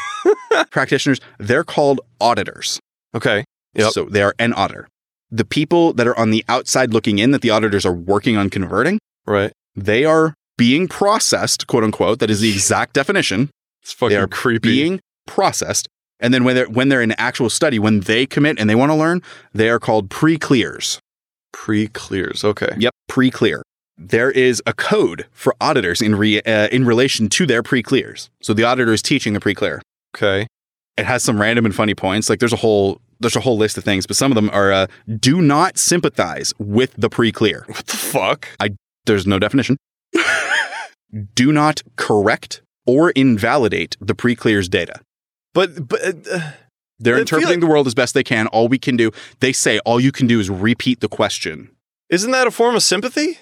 S2: practitioners, they're called auditors.
S1: Okay. Yep.
S2: So they are an auditor. The people that are on the outside looking in that the auditors are working on converting
S1: Right.
S2: they are being processed, quote unquote. That is the exact definition.
S1: It's fucking
S2: They are
S1: creepy.
S2: Being processed. And then when they're when they're in actual study, when they commit and they want to learn, they are called pre-clears.
S1: Pre clears. Okay.
S2: Yep, pre-clear. There is a code for auditors in re, uh, in relation to their pre-clears. So the auditor is teaching the pre-clear.
S1: Okay.
S2: It has some random and funny points. Like there's a whole there's a whole list of things, but some of them are uh, do not sympathize with the pre-clear.
S1: What the fuck?
S2: There's no definition. *laughs* do not correct or invalidate the pre-clear's data.
S1: But but uh,
S2: They're
S1: I feel
S2: interpreting
S1: like-
S2: the world as best they can. All we can do, they say, all you can do is repeat the question.
S1: isn't that a form of sympathy?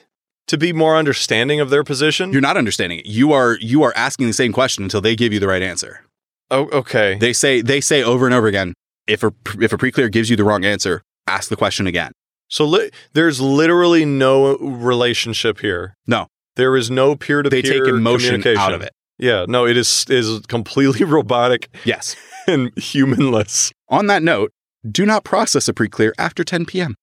S1: To be more understanding of their position?
S2: You're not understanding it. You are you are asking the same question until they give you the right answer.
S1: oh, okay.
S2: They say they say over and over again, if a if a pre-clear gives you the wrong answer, ask the question again.
S1: so li- there's literally no relationship here.
S2: No.
S1: There is no peer to
S2: They
S1: peer
S2: take emotion out of it.
S1: Yeah, no, it is is completely *laughs* robotic
S2: Yes.
S1: and
S2: *laughs*
S1: humanless.
S2: On that note, do not process a pre-clear after 10
S1: *laughs*
S2: p.m.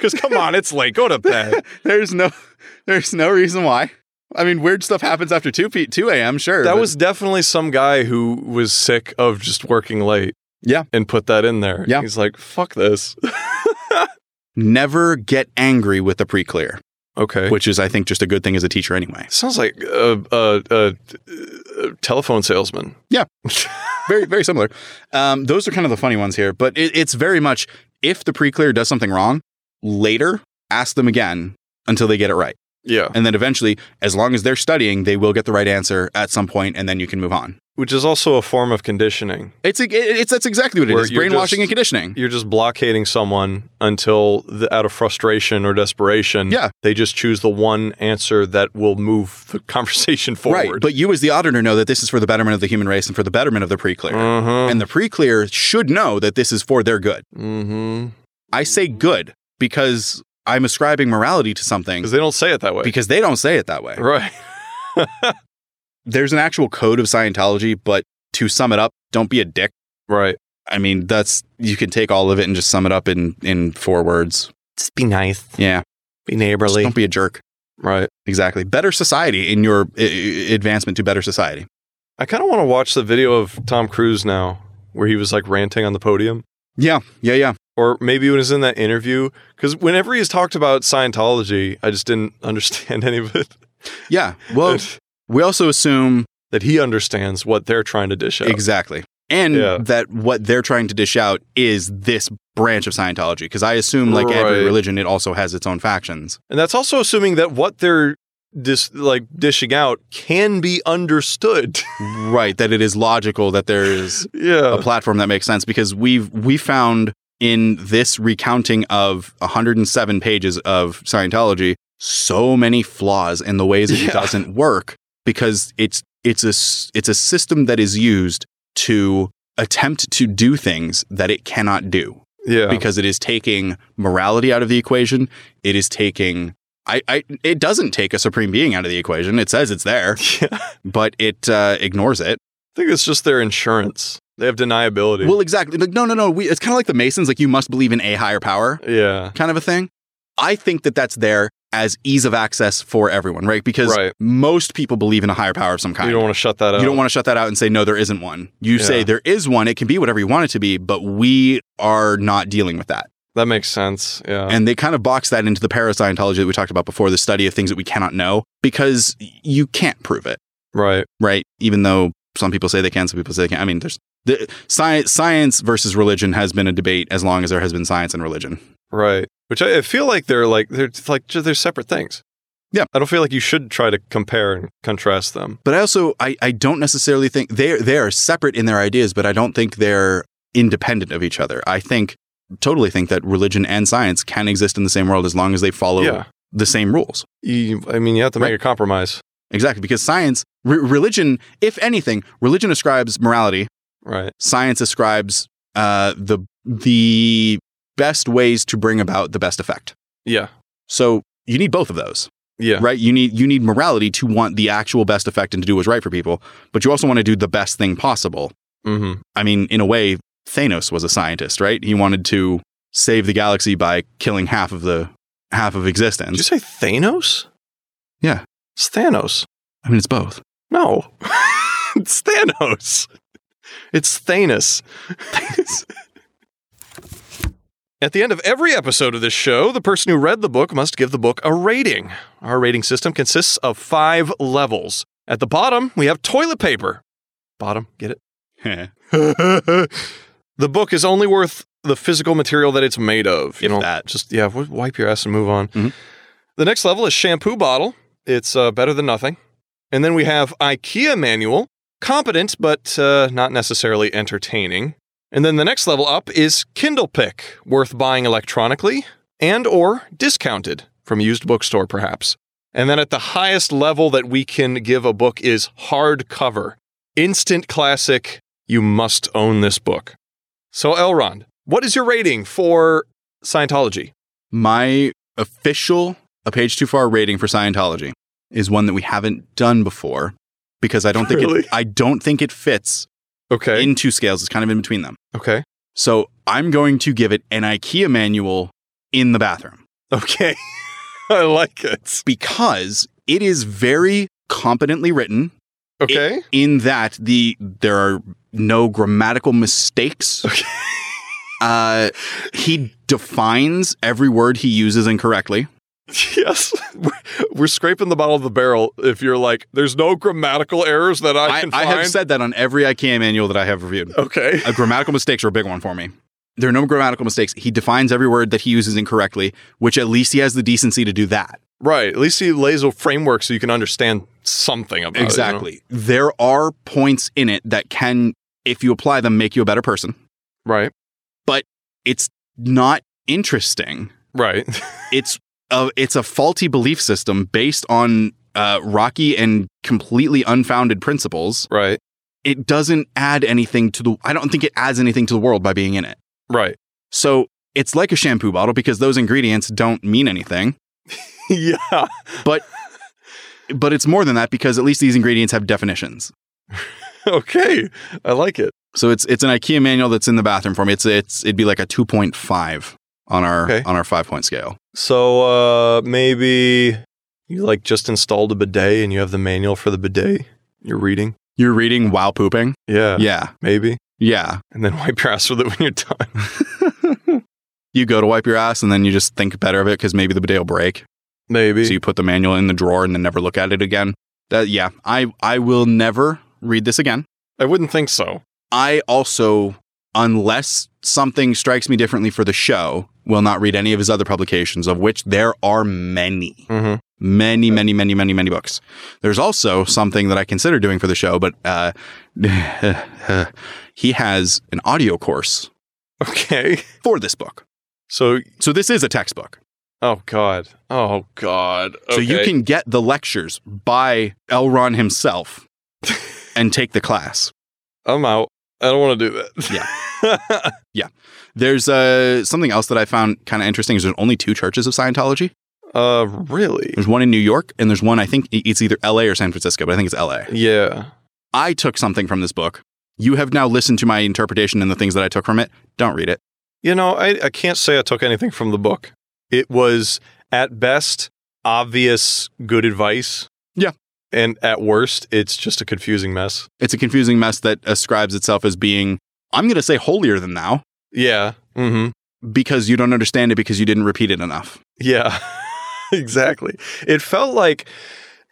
S1: Cuz come on, it's late. Go to bed.
S2: *laughs* there's no there's no reason why. I mean, weird stuff happens after 2 p 2 a.m., sure.
S1: That
S2: but-
S1: was definitely some guy who was sick of just working late.
S2: Yeah.
S1: And put that in there.
S2: Yeah.
S1: He's like, fuck this.
S2: never get angry with the pre-clear,
S1: okay.
S2: which is I think just a good thing as a teacher anyway.
S1: Sounds like a, a, a, a telephone salesman.
S2: Yeah. Very very similar. Um, those are kind of the funny ones here, but it, it's very much if the pre-clear does something wrong, later ask them again until they get it right,
S1: *laughs* yeah.
S2: and then eventually, as long as they're studying, they will get the right answer at some point, and then you can move on.
S1: Which is also a form of conditioning.
S2: It's it- it's that's exactly what it
S1: Where
S2: is:
S1: you're
S2: brainwashing
S1: just-
S2: and conditioning.
S1: You're just blockading someone until, the, out of frustration or desperation,
S2: Yeah.
S1: they just choose the one answer that will move the *laughs* conversation forward.
S2: Right, but you as the auditor know that this is for the betterment of the human race and for the betterment of the pre-clear.
S1: Mhm.
S2: And the pre-clear should know that this is for their good.
S1: Mhm.
S2: I say good because I'm ascribing morality to something
S1: 'Cause they don't say it that way.
S2: because they don't say it that way.
S1: *laughs* right.
S2: There's an actual code of Scientology, but to sum it up, don't be a dick.
S1: Right.
S2: I mean, that's you can take all of it and just sum it up in in four words.
S1: Just be nice.
S2: Yeah,
S1: Be
S2: just
S1: neighborly.
S2: don't be a jerk.
S1: Right.
S2: Exactly. Better society in your i- i- advancement to better society.
S1: I kind of want to watch the video of Tom Cruise now where he was like ranting on the podium.
S2: Yeah, yeah, yeah.
S1: Or maybe it was in that interview. Because whenever he's talked about Scientology, I just didn't *laughs* understand any of it.
S2: Yeah. Well, we also assume
S1: *laughs* that he understands what they're trying to dish out.
S2: exactly. And
S1: Yeah.
S2: that what they're trying to dish out is this branch of Scientology. Because I assume, like every
S1: Right.
S2: religion, it also has its own factions.
S1: and that's also assuming that what they're dis- like dishing out can be understood. *laughs*
S2: right that it is logical that there is a
S1: *sighs* yeah.
S2: platform that makes sense because we've we found in this recounting of 107 pages of Scientology so many flaws in the ways that
S1: Yeah. *laughs*
S2: it doesn't work because it's it's a s- it's a system that is used to attempt to do things that it cannot do
S1: Yeah.
S2: because it is taking morality out of the equation it is taking I, I it doesn't take a supreme being out of the equation it says it's there
S1: *laughs* yeah. I
S2: but it uh, ignores it
S1: think it's just their insurance. They have deniability.
S2: Well, exactly. Like, no, no, no. We, it's kind of like the Masons, like you must believe in a higher power
S1: yeah.
S2: kind of a thing. I think that that's there as ease of access for everyone, right? Because
S1: Right.
S2: most people believe in a higher power of some kind.
S1: You don't want to shut that out.
S2: want to shut that out and say, no, there isn't one. You
S1: Yeah.
S2: say there is one. It can be whatever you want it to be, but we are not dealing with that.
S1: that makes sense. Yeah.
S2: And they kind of box that into the parascientology that we talked about before, the study of things that we cannot know, because you can't prove it
S1: right.
S2: right? Even though some people say they can, some people say they can't. I mean, there's the science, science versus religion has been a debate as long as there has been science and religion.
S1: Right. Which I, I feel like they're like they're just like ju- they're separate things.
S2: Yeah.
S1: I don't feel like you should try to compare and contrast them.
S2: But I also, I, I don't necessarily think they they are separate in their ideas, but I don't think they're independent of each other. I think totally think that religion and science can exist in the same world as long as they follow
S1: Yeah.
S2: the same rules.
S1: You, I mean, you have to make a compromise.
S2: Exactly, because science, re- religion, if anything, religion ascribes morality
S1: Right.
S2: science ascribes uh, the the best ways to bring about the best effect.
S1: Yeah.
S2: So you need both of those,
S1: Yeah.
S2: right? You need you need morality to want the actual best effect and to do what's right for people, but you also want to do the best thing possible.
S1: hmm
S2: I mean, in a way, Thanos was a scientist, right? He wanted to save the galaxy by killing half of the half of
S1: Did you
S2: existence.
S1: say Thanos?
S2: Yeah.
S1: It's Thanos.
S2: I mean, it's both.
S1: No. *laughs* it's Thanos. It's Thanos. *laughs* At the end of every episode of this show, the person who read the book must give the book a rating. Our rating system consists of five levels. At the bottom, we have toilet paper. Bottom, get it?
S2: if
S1: *laughs* the book is only worth the physical material that it's made of. You know,
S2: that.
S1: just yeah, w- wipe your ass and move on.
S2: Mhm.
S1: The next level is shampoo bottle. It's uh, better than nothing. And then we have IKEA manual, competent but uh, not necessarily entertaining. And then the next level up is Kindle pick, worth buying electronically and or discounted from a used bookstore perhaps. And then at the highest level that we can give a book is hardcover, instant classic. You must own this book. So Elrond, what is your rating for Scientology?
S2: My official A Page Too Far rating for Scientology is one that we haven't done before because I don't think
S1: Really?
S2: it, I don't think it fits
S1: Okay.
S2: in two scales. It's kind of in between them.
S1: okay.
S2: So I'm going to give it an IKEA manual in the bathroom
S1: Okay. *laughs* I like it.
S2: because It is very competently written
S1: Okay.
S2: in that the there are no grammatical mistakes.
S1: Okay. *laughs*
S2: Uh, he defines every word he uses incorrectly.
S1: *laughs* yes. *laughs* We're, we're scraping the bottom of the barrel if you're like, there's no grammatical errors that I,
S2: I,
S1: can
S2: I
S1: find.
S2: have said that on every IKEA manual that I have reviewed.
S1: okay.
S2: Uh, grammatical mistakes are a big one for me. There are no grammatical mistakes. He defines every word that he uses incorrectly, which at least he has the decency to do that.
S1: Right. At least he lays a framework so you can understand something about it.
S2: Exactly. There are points in it that can, if you apply them, make you a better person.
S1: you know? Right.
S2: It's not interesting.
S1: Right. *laughs*
S2: It's a, it's a faulty belief system based on uh, rocky and completely unfounded principles.
S1: right.
S2: It doesn't add anything to the. I don't think it adds anything to the world by being in it.
S1: Right. *laughs*
S2: So it's like a shampoo bottle because those ingredients don't mean anything.
S1: yeah.
S2: But it's more than that because at least these ingredients have definitions.
S1: Okay. I like it.
S2: So it's it's an IKEA manual that's in the bathroom for me. It's it's it'd be like a two point five on our
S1: Okay.
S2: on our five point scale.
S1: So uh maybe you like just installed a bidet and you have the manual for the bidet you're reading.
S2: You're reading while pooping.
S1: Yeah,
S2: yeah,
S1: maybe.
S2: yeah.
S1: And then *laughs* wipe your ass with it when you're done. *laughs*
S2: You go to wipe your ass and then you just think better of it because maybe the bidet will break.
S1: Maybe.
S2: So you put the manual in the drawer and then never look at it again. That yeah, I I will never read this again.
S1: I wouldn't think so.
S2: I also, unless something strikes me differently for the show, will not read any of his other publications, of which there are many.
S1: Mm-hmm. *laughs*
S2: Many, many, many, many, many books. There's also something that I consider doing for the show, but uh, *laughs* he has an audio course
S1: Okay.
S2: for this book.
S1: So
S2: So this is a textbook.
S1: oh god. Oh god.
S2: So you
S1: Okay.
S2: can get the lectures by Elron himself and take the class.
S1: I'm out. I don't want to do that. Yeah.
S2: There's uh, something else that I found kind of interesting is there's only two churches of Scientology.
S1: *laughs* uh really?
S2: There's one in New York, and there's one I think i- it's either L.A. or San Francisco, but I think it's L.A.
S1: Yeah.
S2: I took something from this book. You have now listened to my interpretation and the things that I took from it. Don't read it.
S1: You know, I, I can't say I took anything from the book. It was at best obvious good advice.
S2: Yeah.
S1: And at worst, it's just a confusing mess.
S2: It's a confusing mess that ascribes itself as being, I'm going to say holier than thou,
S1: Yeah. Mm-hmm.
S2: because you don't understand it because you didn't repeat it enough.
S1: Yeah. *laughs* exactly. It felt like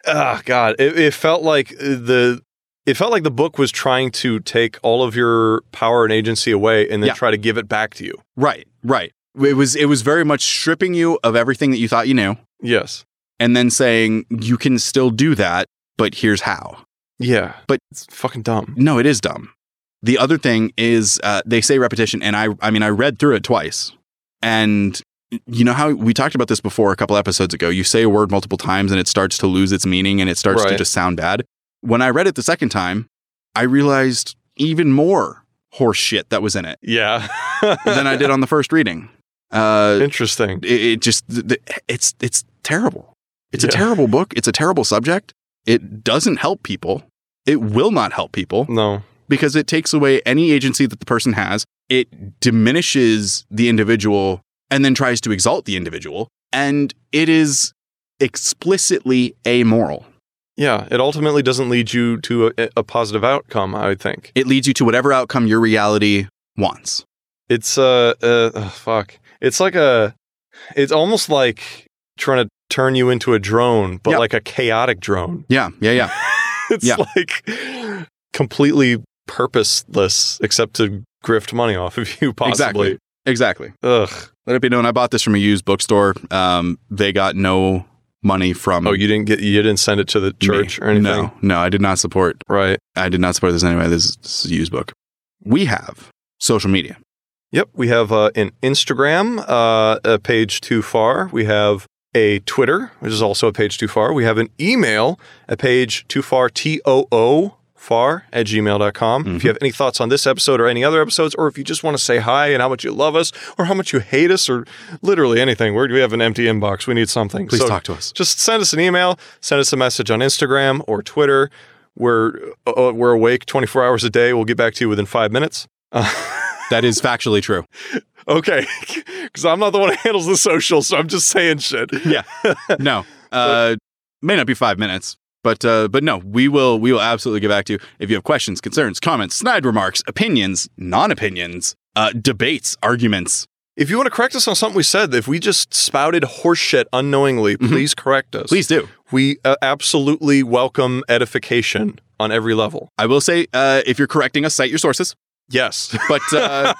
S1: oh god, it, it felt like the it felt like the book was trying to take all of your power and agency away and then
S2: Yeah.
S1: try to give it back to you.
S2: Right, right. It was, it was very much stripping you of everything that you thought you knew
S1: Yes.
S2: and then saying, you can still do that, but here's how.
S1: Yeah.
S2: But-
S1: it's fucking dumb.
S2: No, it is dumb. The other thing is uh, they say repetition, and I I mean I read through it twice, and you know how we talked about this before a couple episodes ago. You say a word multiple times, and it starts to lose its meaning, and it starts to
S1: Right.
S2: just sound bad. When I read it the second time, I realized even more horse shit that was in it
S1: Yeah. *laughs*
S2: than I did on the first reading. Uh,
S1: Interesting.
S2: it, it just th- th- it's it's terrible. It's a
S1: Yeah.
S2: terrible book. It's a terrible subject. It doesn't help people. It will not help people
S1: No.
S2: because it takes away any agency that the person has. It diminishes the individual and then tries to exalt the individual. And it is explicitly amoral.
S1: Yeah, it ultimately doesn't lead you to a, a positive outcome, I think.
S2: It leads you to whatever outcome your reality wants.
S1: It's uh, uh ugh, fuck. It's like a it's almost like trying to turn you into a drone, but
S2: Yeah.
S1: like a chaotic drone. *laughs*
S2: Yeah, yeah, yeah.
S1: it's
S2: Yeah.
S1: like completely purposeless except to grift money off of you *laughs* possibly.
S2: Exactly. Exactly.
S1: Ugh.
S2: Let it be known I bought this from a used bookstore. Um, they got no money from
S1: Oh, you didn't get you didn't send it to the
S2: me.
S1: church or anything.
S2: No, no, I did not support.
S1: Right.
S2: I did not support this anyway. This, this is a used book. We have social media.
S1: Yep, we have uh, an Instagram, uh, a page too far. We have a Twitter, which is also a page too far. We have an email, a page too far, T O O far at gmail.com.
S2: Mm-hmm.
S1: If you have any thoughts on this episode or any other episodes, or if you just want to say hi and how much you love us or how much you hate us or literally anything, we're, we have an empty inbox. We need something.
S2: Please
S1: So
S2: talk to us.
S1: Just send us an email, send us a message on Instagram or Twitter. We're, uh, we're awake 24 hours a day. We'll get back to you within five minutes. *laughs* Uh,
S2: That is factually true.
S1: Okay, because I'm not the one who handles the social, *laughs* so I'm just saying shit.
S2: Yeah. no. Uh, May not be five minutes, but uh, but no, we will we will absolutely get back to you if you have questions, concerns, comments, snide remarks, opinions, non-opinions, uh, debates, arguments.
S1: If you want to correct us on something we said, if we just spouted horseshit unknowingly,
S2: Mhm.
S1: please correct us.
S2: Please do.
S1: We uh, absolutely welcome edification on every level.
S2: I will say uh, if you're correcting us, cite your sources. *laughs*
S1: Yes.
S2: But
S1: *laughs*
S2: uh,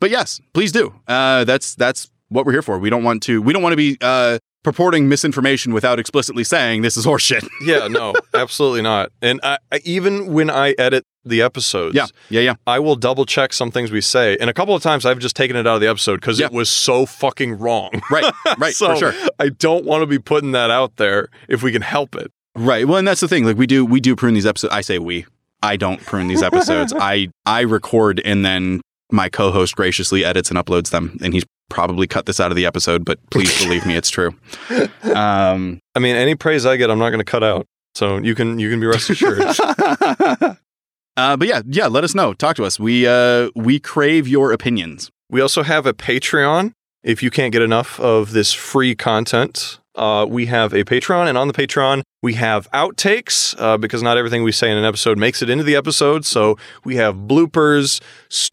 S2: but yes, please do. Uh, that's that's what we're here for. We don't want to we don't want to be uh, purporting misinformation without explicitly saying this is horseshit.
S1: yeah, no, absolutely not. And I, I, even when I edit the episodes,
S2: Yeah, yeah,
S1: *laughs*
S2: yeah.
S1: I will double check some things we say. And a couple of times I've just taken it out of the episode because
S2: Yeah.
S1: it was so fucking wrong. *laughs*
S2: Right, right,
S1: so
S2: for sure.
S1: I don't want to be putting that out there if we can help it.
S2: Right. Well, and that's the thing. Like we do, we do prune these episodes. I say we. I don't prune these
S1: *laughs*
S2: episodes. I I record and then my co-host graciously edits and uploads them. And he's probably cut this out of the episode, but please believe me, it's
S1: *laughs*
S2: true. Um,
S1: I mean, any praise I get, I'm not going to cut out. So you can you can be rest assured.
S2: uh, but yeah, yeah. Let us know. Talk to us. We uh, we crave your opinions.
S1: We also have a Patreon. If you can't get enough of this free content, uh, we have a Patreon, and on the Patreon, we have outtakes uh, because not everything we say in an episode makes it into the episode. So we have bloopers,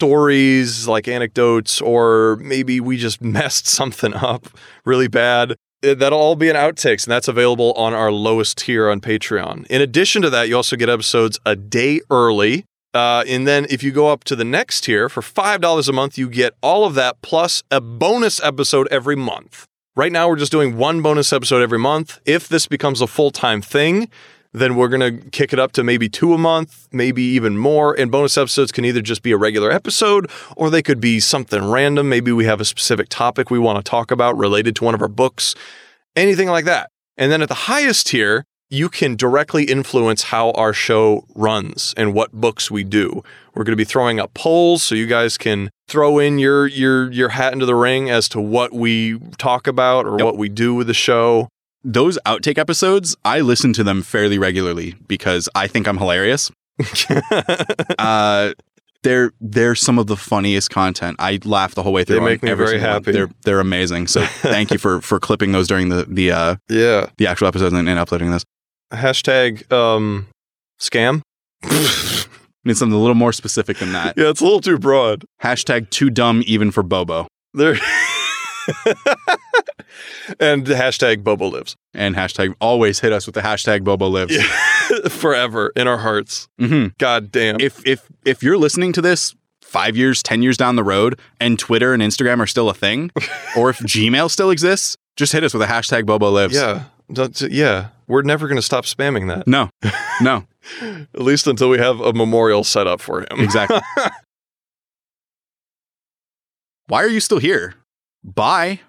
S1: stories like anecdotes, or maybe we just *laughs* messed something up really bad. Uh, That'll all be in outtakes, and that's available on our lowest tier on Patreon. In addition to that, you also get episodes a day early. Uh, and then if you go up to the next tier for $5 a month, you get all of that plus a bonus episode every month. Right now, we're just doing one bonus episode every month. If this becomes a full time thing, then we're going to kick it up to maybe two a month, maybe even more. And bonus episodes can either just be a regular episode or they could be something random. Maybe we have a specific topic we want to talk about related to one of our books, anything like that. And then at the highest tier, you can directly influence how our show runs and what books we do. We're going to be throwing up polls so you guys can throw in your your your hat into the ring as to what we talk about or
S2: Yep.
S1: what we do with the show.
S2: Those outtake episodes, I listen to them fairly regularly because I think I'm
S1: *laughs*
S2: hilarious. Uh, they're they're some of the funniest content. I laugh the whole way through.
S1: They
S2: on
S1: make me
S2: every
S1: very
S2: single one.
S1: happy.
S2: They're they're amazing. *laughs* So thank you for for clipping those during the the uh,
S1: *laughs* yeah.
S2: the actual episodes and, and uploading this.
S1: Hashtag um scam. *laughs*
S2: I need something a little more specific than that.
S1: Yeah, it's a little too broad.
S2: Hashtag too dumb even for Bobo
S1: There *laughs* and hashtag Bobo lives.
S2: and hashtag always hit us with the hashtag Bobo lives.
S1: *laughs* Forever in our hearts.
S2: Mhm.
S1: God damn.
S2: If if if you're listening to this five years, ten years down the road, and Twitter and Instagram are still a thing, or if Gmail still exists, just hit us with a hashtag Bobo lives.
S1: yeah. That's- yeah. We're never going to stop spamming that.
S2: No, no.
S1: At least until we have a memorial set up for him.
S2: Exactly. Why are you still here? Bye.